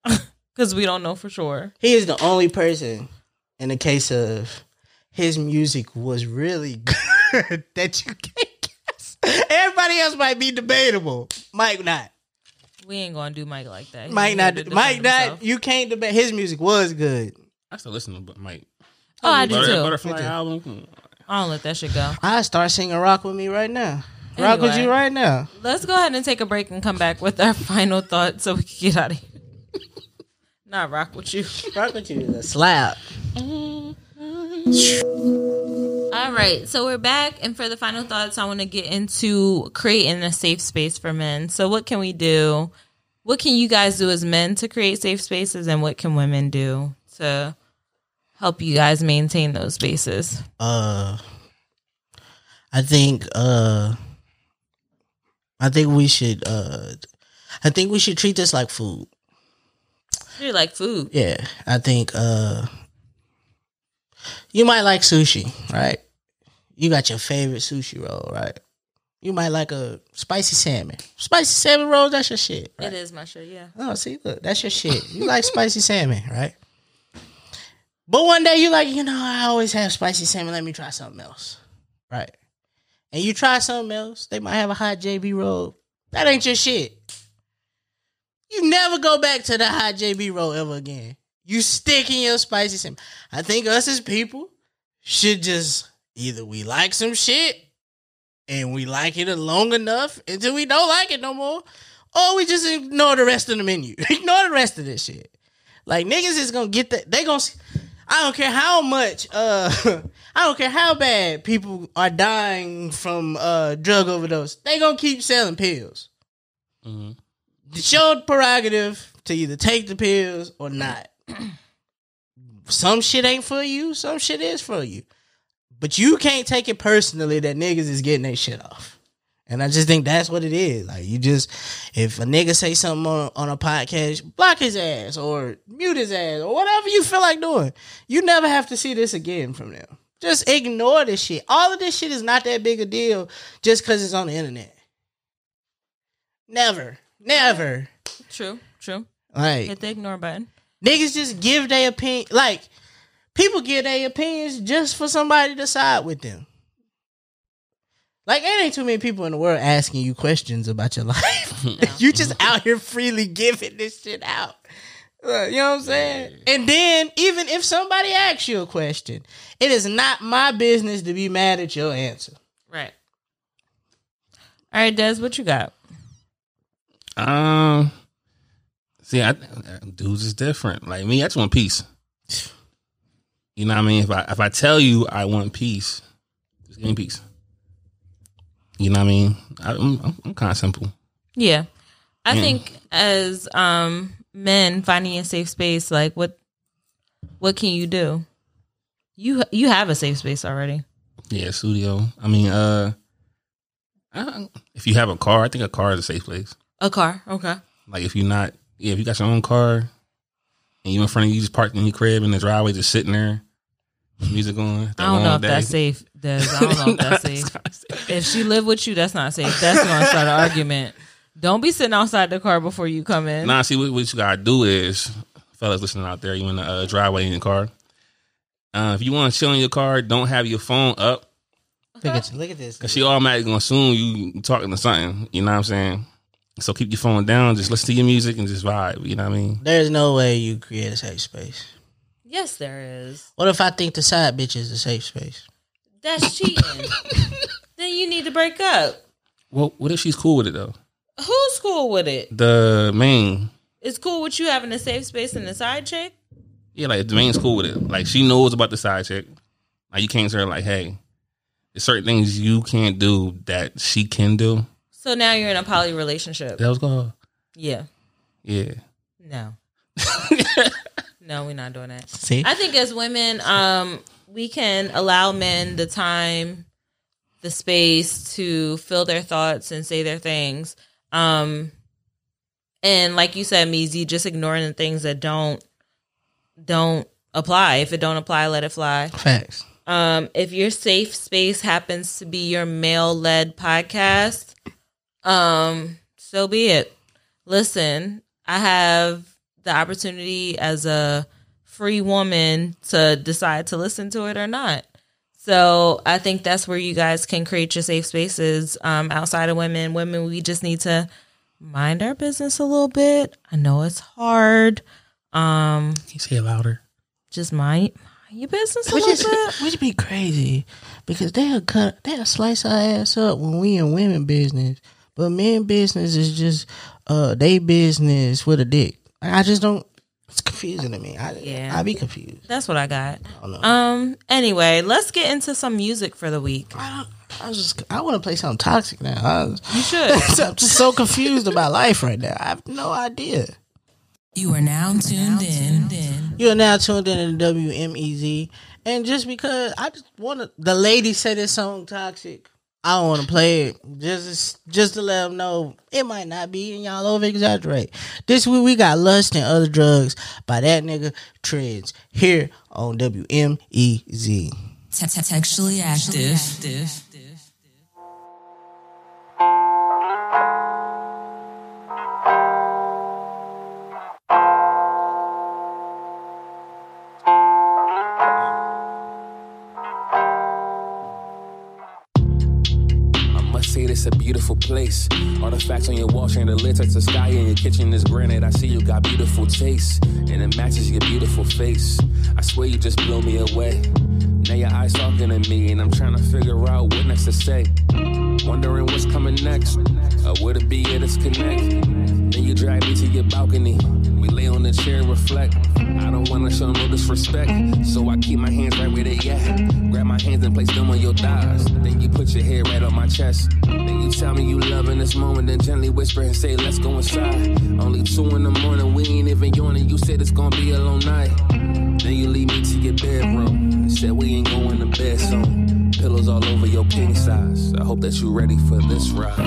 Speaker 4: Because we don't know for sure.
Speaker 3: He is the only person in the case of his music was really good that you can't guess. Everybody else might be debatable. Might not.
Speaker 4: We ain't gonna do Mike like that. He
Speaker 3: Might
Speaker 4: need to
Speaker 3: not.
Speaker 4: defend
Speaker 3: Might
Speaker 4: himself.
Speaker 3: not. You can't debate. His music was good.
Speaker 8: I still listen to Bu- Mike.
Speaker 4: Oh, I do
Speaker 8: Butter-
Speaker 4: too.
Speaker 8: Butterfly album. come on.
Speaker 4: I don't let that shit go.
Speaker 3: I start singing rock with me right now. Rock with
Speaker 4: Anyway.
Speaker 3: you right now.
Speaker 4: Let's go ahead and take a break and come back with our final thought so we can get out of here. Not rock with you.
Speaker 3: Rock with you is a slap.
Speaker 4: All right, so we're back, and for the final thoughts, I want to get into creating a safe space for men. So, what can we do? What can you guys do as men to create safe spaces, and what can women do to help you guys maintain those spaces?
Speaker 3: uh I think uh I think we should uh I think we should treat this like food.
Speaker 4: You're like food.
Speaker 3: Yeah. I think uh you might like sushi, right? You got your favorite sushi roll, right? You might like a spicy salmon. Spicy salmon rolls, that's your shit. Right?
Speaker 4: It is my shit. Yeah.
Speaker 3: Oh, see, look, that's your shit. You like spicy salmon, right? But one day you like, you know, I always have spicy salmon. Let me try something else, right? And you try something else. They might have a hot JB roll. That ain't your shit. You never go back to the hot JB roll ever again. You stick in your spicy salmon. I think us as people should just either we like some shit and we like it long enough until we don't like it no more, or we just ignore the rest of the menu. ignore the rest of this shit. Like niggas is gonna get that. They gonna. s- I don't care how much. Uh, I don't care how bad people are dying from uh drug overdose. They gonna keep selling pills.
Speaker 8: Mhm.
Speaker 3: It's your prerogative to either take the pills or not. some shit ain't for you. Some shit is for you. But you can't take it personally that niggas is getting their shit off. And I just think that's what it is. Like you just if a nigga say something on, on a podcast, block his ass or mute his ass or whatever you feel like doing. You never have to see this again from them. Just ignore this shit. All of this shit is not that big a deal just cuz it's on the internet. Never. Never.
Speaker 4: True. True.
Speaker 3: Like
Speaker 4: Hit the ignore button.
Speaker 3: Niggas just give their opinion. Like, people give their opinions just for somebody to side with them. Like it ain't too many people in the world asking you questions about your life. you just out here freely giving this shit out. Uh, You know what I'm saying? And then even if somebody asks you a question, it is not my business to be mad at your answer.
Speaker 4: Right. All right, Des, what you got?
Speaker 8: Um, see, I dudes is different. Like me, I just want peace. You know what I mean? If I if I tell you I want peace, just give me peace. You know what I mean? I, I'm, I'm, I'm kind of simple.
Speaker 4: Yeah. I think as um men finding a safe space, like what what can you do? You you have a safe space already.
Speaker 8: Yeah, studio. I mean, uh, I, don't- if you have a car, I think a car is a safe place.
Speaker 4: A car. Okay.
Speaker 8: Like if you're not, yeah, if you got your own car and you in front of you just parked in your crib in the driveway, just sitting there, music on. the
Speaker 4: I don't know
Speaker 8: long
Speaker 4: if that's
Speaker 8: day.
Speaker 4: safe, Des. I don't know if that's safe. If she live with you, that's not safe. That's gonna start an argument. Don't be sitting outside the car before you come in.
Speaker 8: Nah, see what, what you gotta do is, fellas listening out there, you in the uh, driveway in your car. Uh, if you want to chill in your car, don't have your phone up
Speaker 3: Look at you. Look at this.
Speaker 8: because she automatically gonna assume you talking to something. You know what I'm saying? So keep your phone down, just listen to your music and just vibe. You know what I mean?
Speaker 3: There's no way you create a safe space.
Speaker 4: Yes, there is.
Speaker 3: What if I think the side bitch is a safe space?
Speaker 4: That's cheating. then you need to break up.
Speaker 8: Well, what if she's cool with it though?
Speaker 4: Who's cool with it?
Speaker 8: The main,
Speaker 4: It's cool with you having a safe space and a side chick.
Speaker 8: yeah, like the main's cool with it. Like she knows about the side chick. Like you can't tell her like, hey, there's certain things you can't do that she can do.
Speaker 4: So now you're in a poly relationship.
Speaker 8: That was going.
Speaker 4: Yeah.
Speaker 8: Yeah.
Speaker 4: No. no, we're not doing that.
Speaker 3: See?
Speaker 4: I think as women, um, we can allow men the time, the space to feel their thoughts and say their things. Um, and like you said, Meezy, just ignoring the things that don't don't apply. If it don't apply, let it fly.
Speaker 3: Facts.
Speaker 4: Um, if your safe space happens to be your male led podcast, um, so be it. Listen, I have the opportunity as a free woman to decide to listen to it or not. So I think that's where you guys can create your safe spaces um, outside of women. Women, we just need to mind our business a little bit. I know it's hard. Um,
Speaker 8: Can you say it louder?
Speaker 4: just mind, mind your business a
Speaker 3: Which
Speaker 4: little
Speaker 3: is
Speaker 4: bit.
Speaker 3: which be crazy because they'll cut they'll slice our ass up when we in women business, but men business is just uh they business with a dick. I just don't. It's confusing to me. I
Speaker 4: Yeah.
Speaker 3: I be confused.
Speaker 4: That's what I got.
Speaker 3: don't know.
Speaker 4: Um. Anyway, let's get into some music for the week.
Speaker 3: I, don't- I was just I want to play something toxic now. I was,
Speaker 4: You should.
Speaker 3: I'm just so confused about life right now. I have no idea.
Speaker 9: You are now tuned in
Speaker 3: You are now tuned in to WMEZ. E And just because I just want to, the lady said this song toxic. I don't want to play it. Just, just to let them know it might not be, and y'all over exaggerate. This week we got Lust and Other Drugs by that nigga Trends here on E WMEZ.
Speaker 9: Te- te- Textually active.
Speaker 8: I must say this a beautiful place. Artifacts on your wall, chandelier touch the sky in your kitchen is granite. I see you got beautiful taste, and it matches your beautiful face. I swear you just blew me away. Now your eyes talking to me, and I'm trying to figure out what next to say. Wondering what's coming next, or would it be a disconnect? Then you drag me to your balcony. We lay on the chair and reflect. I don't wanna show no disrespect, so I keep my hands right where they at. Grab my hands and place them on your thighs. Then you put your head right on my chest. Then you tell me you loving this moment, then gently whisper and say, Let's go inside. Only two in the morning, we ain't even yawning. You said it's gonna be a long night. Then you lead me to your bedroom. and Said we ain't going to bed soon. Pillows all over your king size. I hope that you ready for this ride.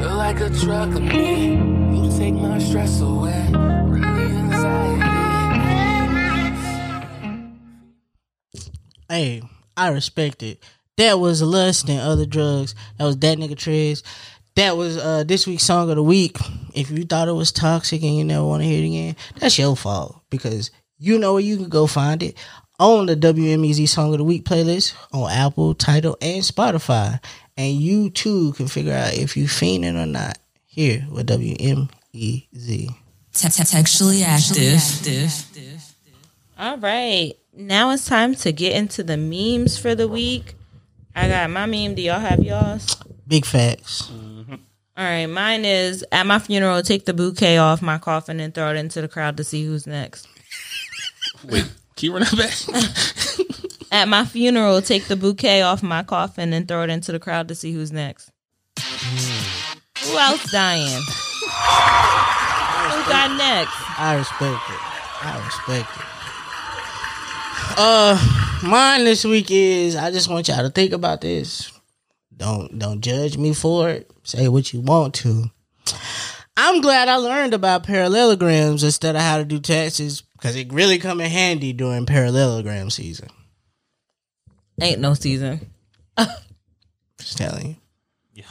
Speaker 8: You're like a drug to me. You take my stress away. Relieve anxiety.
Speaker 3: Hey, I respect it. That was Lust and Other Drugs. That was That Nigga Trez. That was uh, this week's song of the week. If you thought it was toxic and you never want to hear it again, that's your fault because you know where you can go find it. on the WMEZ Song of the Week playlist on Apple, Title, and Spotify. And you too can figure out if you fiending or not here with E WMEZ.
Speaker 9: Textually active.
Speaker 4: All right. Now it's time to get into the memes for the week. I got my meme. Do y'all have y'all's?
Speaker 3: Big facts.
Speaker 4: All right. Mine is at my funeral, take the bouquet off my coffin and throw it into the crowd to see who's next.
Speaker 8: Wait, keep running back.
Speaker 4: At my funeral, take the bouquet off my coffin and throw it into the crowd to see who's next. Who else dying? Who got next?
Speaker 3: I respect it. I respect it. Uh, mine this week is I just want y'all to think about this. Don't don't judge me for it. Say what you want to. I'm glad I learned about parallelograms instead of how to do taxes because it really come in handy during parallelogram season.
Speaker 4: Ain't no season.
Speaker 3: Just telling you.
Speaker 7: Yeah.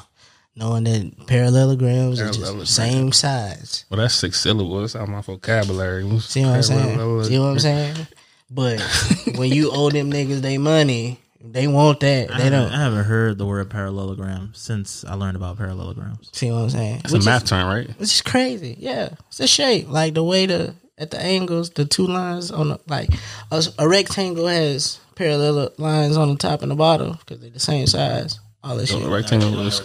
Speaker 3: Knowing that parallelograms are just
Speaker 8: Parallelogram.
Speaker 3: same size.
Speaker 8: Well, that's six syllables. That's out my vocabulary.
Speaker 3: See what I'm saying? See what I'm saying? But when you owe them niggas they money, they want that.
Speaker 7: I
Speaker 3: They
Speaker 8: Uh-huh.
Speaker 7: haven't- I
Speaker 3: don't.
Speaker 7: haven't heard the word parallelogram since I learned about parallelograms.
Speaker 3: See what I'm saying?
Speaker 8: That's
Speaker 3: Which
Speaker 8: a
Speaker 3: is,
Speaker 8: math term, right?
Speaker 3: which is crazy. Yeah, it's a shape. Like the way the at the angles, the two lines on the like a, a rectangle has parallel lines on the top and the bottom because they're the same size. All that
Speaker 8: The
Speaker 3: shit.
Speaker 8: rectangle is-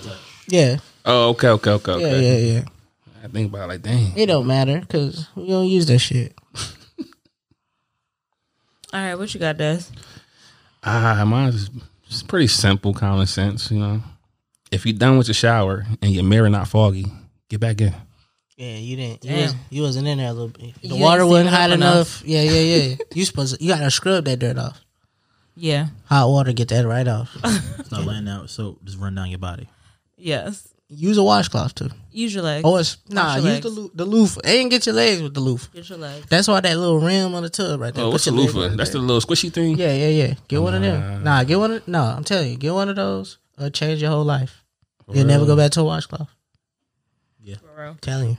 Speaker 3: Yeah,
Speaker 8: Oh, okay, okay, okay,
Speaker 3: yeah,
Speaker 8: okay.
Speaker 3: yeah, yeah.
Speaker 8: I think about it like, dang.
Speaker 3: It don't matter because we don't use that shit.
Speaker 4: All right, what you got, Des?
Speaker 8: Ah, mine's it's pretty simple common sense, you know. If you're done with your shower and your mirror not foggy, get back in.
Speaker 3: Yeah, you didn't. You,
Speaker 4: Damn.
Speaker 3: was, you wasn't in there a little bit. The
Speaker 4: You
Speaker 3: water
Speaker 4: didn't
Speaker 3: wasn't
Speaker 4: clean it
Speaker 3: hot
Speaker 4: up
Speaker 3: enough. Yeah, yeah, yeah. you supposed to, you gotta scrub that dirt off.
Speaker 4: Yeah.
Speaker 3: Hot water, get that right off.
Speaker 7: It's not laying out, so just run down your body.
Speaker 4: Yes.
Speaker 3: Use a washcloth too.
Speaker 4: Use your legs.
Speaker 3: Or Oh, it's nah.
Speaker 4: Wash
Speaker 3: Use
Speaker 4: your
Speaker 3: the
Speaker 4: legs.
Speaker 3: loo- the loofah. And get your legs with the loofah.
Speaker 4: Use your legs.
Speaker 3: That's why that little rim on the tub right there.
Speaker 8: Oh,
Speaker 3: Put
Speaker 8: what's the
Speaker 3: your leg
Speaker 8: loofah?
Speaker 3: right
Speaker 8: That's the
Speaker 3: there.
Speaker 8: little squishy thing?
Speaker 3: yeah, yeah, yeah. Get one of them. Nah, get one. Of, no, I'm telling you, get one of those. Or change your whole life. You'll never go back to a washcloth.
Speaker 4: For real.
Speaker 3: telling you.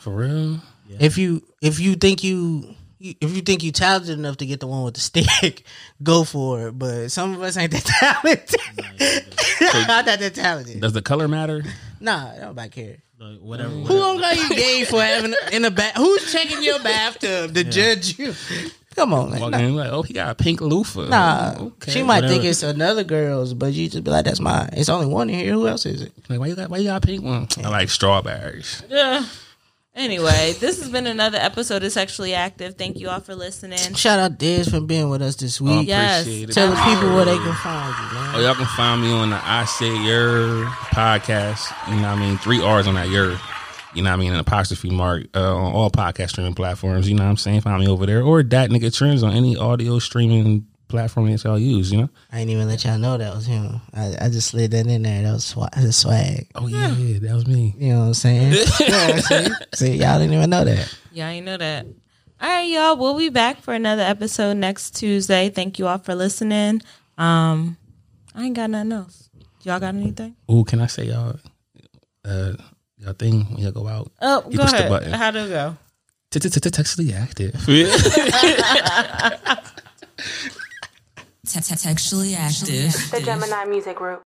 Speaker 8: For real?
Speaker 3: If you if you think you if you think you talented enough to get the one with the stick, go for it. But some of us ain't that talented. Not that talented.
Speaker 8: Does the color matter?
Speaker 3: Nah, nobody care.
Speaker 7: Like, whatever.
Speaker 3: Who
Speaker 7: whatever.
Speaker 3: don't got you gay for having in the bath? Who's checking your bathtub to judge you? Come on, man.
Speaker 8: Walking in like, oh, he got a pink loofah.
Speaker 3: Nah, she might think
Speaker 7: whatever.
Speaker 3: it's another girl's, but you just be like, "That's mine." It's only one in here. Who else is it?
Speaker 8: Like, why you got why you got a pink one? I like strawberries.
Speaker 4: Yeah. Anyway, this has been another episode of Sexually Active. Thank you all for listening.
Speaker 3: Shout out Dez for being with us this
Speaker 8: I
Speaker 3: week.
Speaker 4: yeah. Yes.
Speaker 8: appreciate it.
Speaker 3: Tell the people where they can find you,
Speaker 8: Oh,
Speaker 3: man.
Speaker 8: y'all can find me on the I Say Your podcast. You know what I mean? Three R's on that Your. You know what I mean? An apostrophe mark uh, on all podcast streaming platforms. You know what I'm saying? Find me over there. Or that nigga trends on any audio streaming platform that y'all use, you know?
Speaker 3: I ain't even let y'all know that was him. I, I just slid that in there. That was swag. That's swag.
Speaker 8: Oh, yeah, yeah that was me.
Speaker 3: You know what I'm saying? yeah, see? see, y'all didn't even know that.
Speaker 4: Yeah, you know that. All right, y'all. We'll be back for another episode next Tuesday. Thank you all for listening. Um, I ain't got nothing else. Y'all got anything?
Speaker 8: Ooh, can I say y'all, uh, y'all thing when y'all go out?
Speaker 4: Oh,
Speaker 8: You
Speaker 4: go
Speaker 8: pushed the
Speaker 4: ahead.
Speaker 8: button.
Speaker 4: How do it go?
Speaker 8: Textually active.
Speaker 9: Textually active.
Speaker 2: The Gemini Music Group.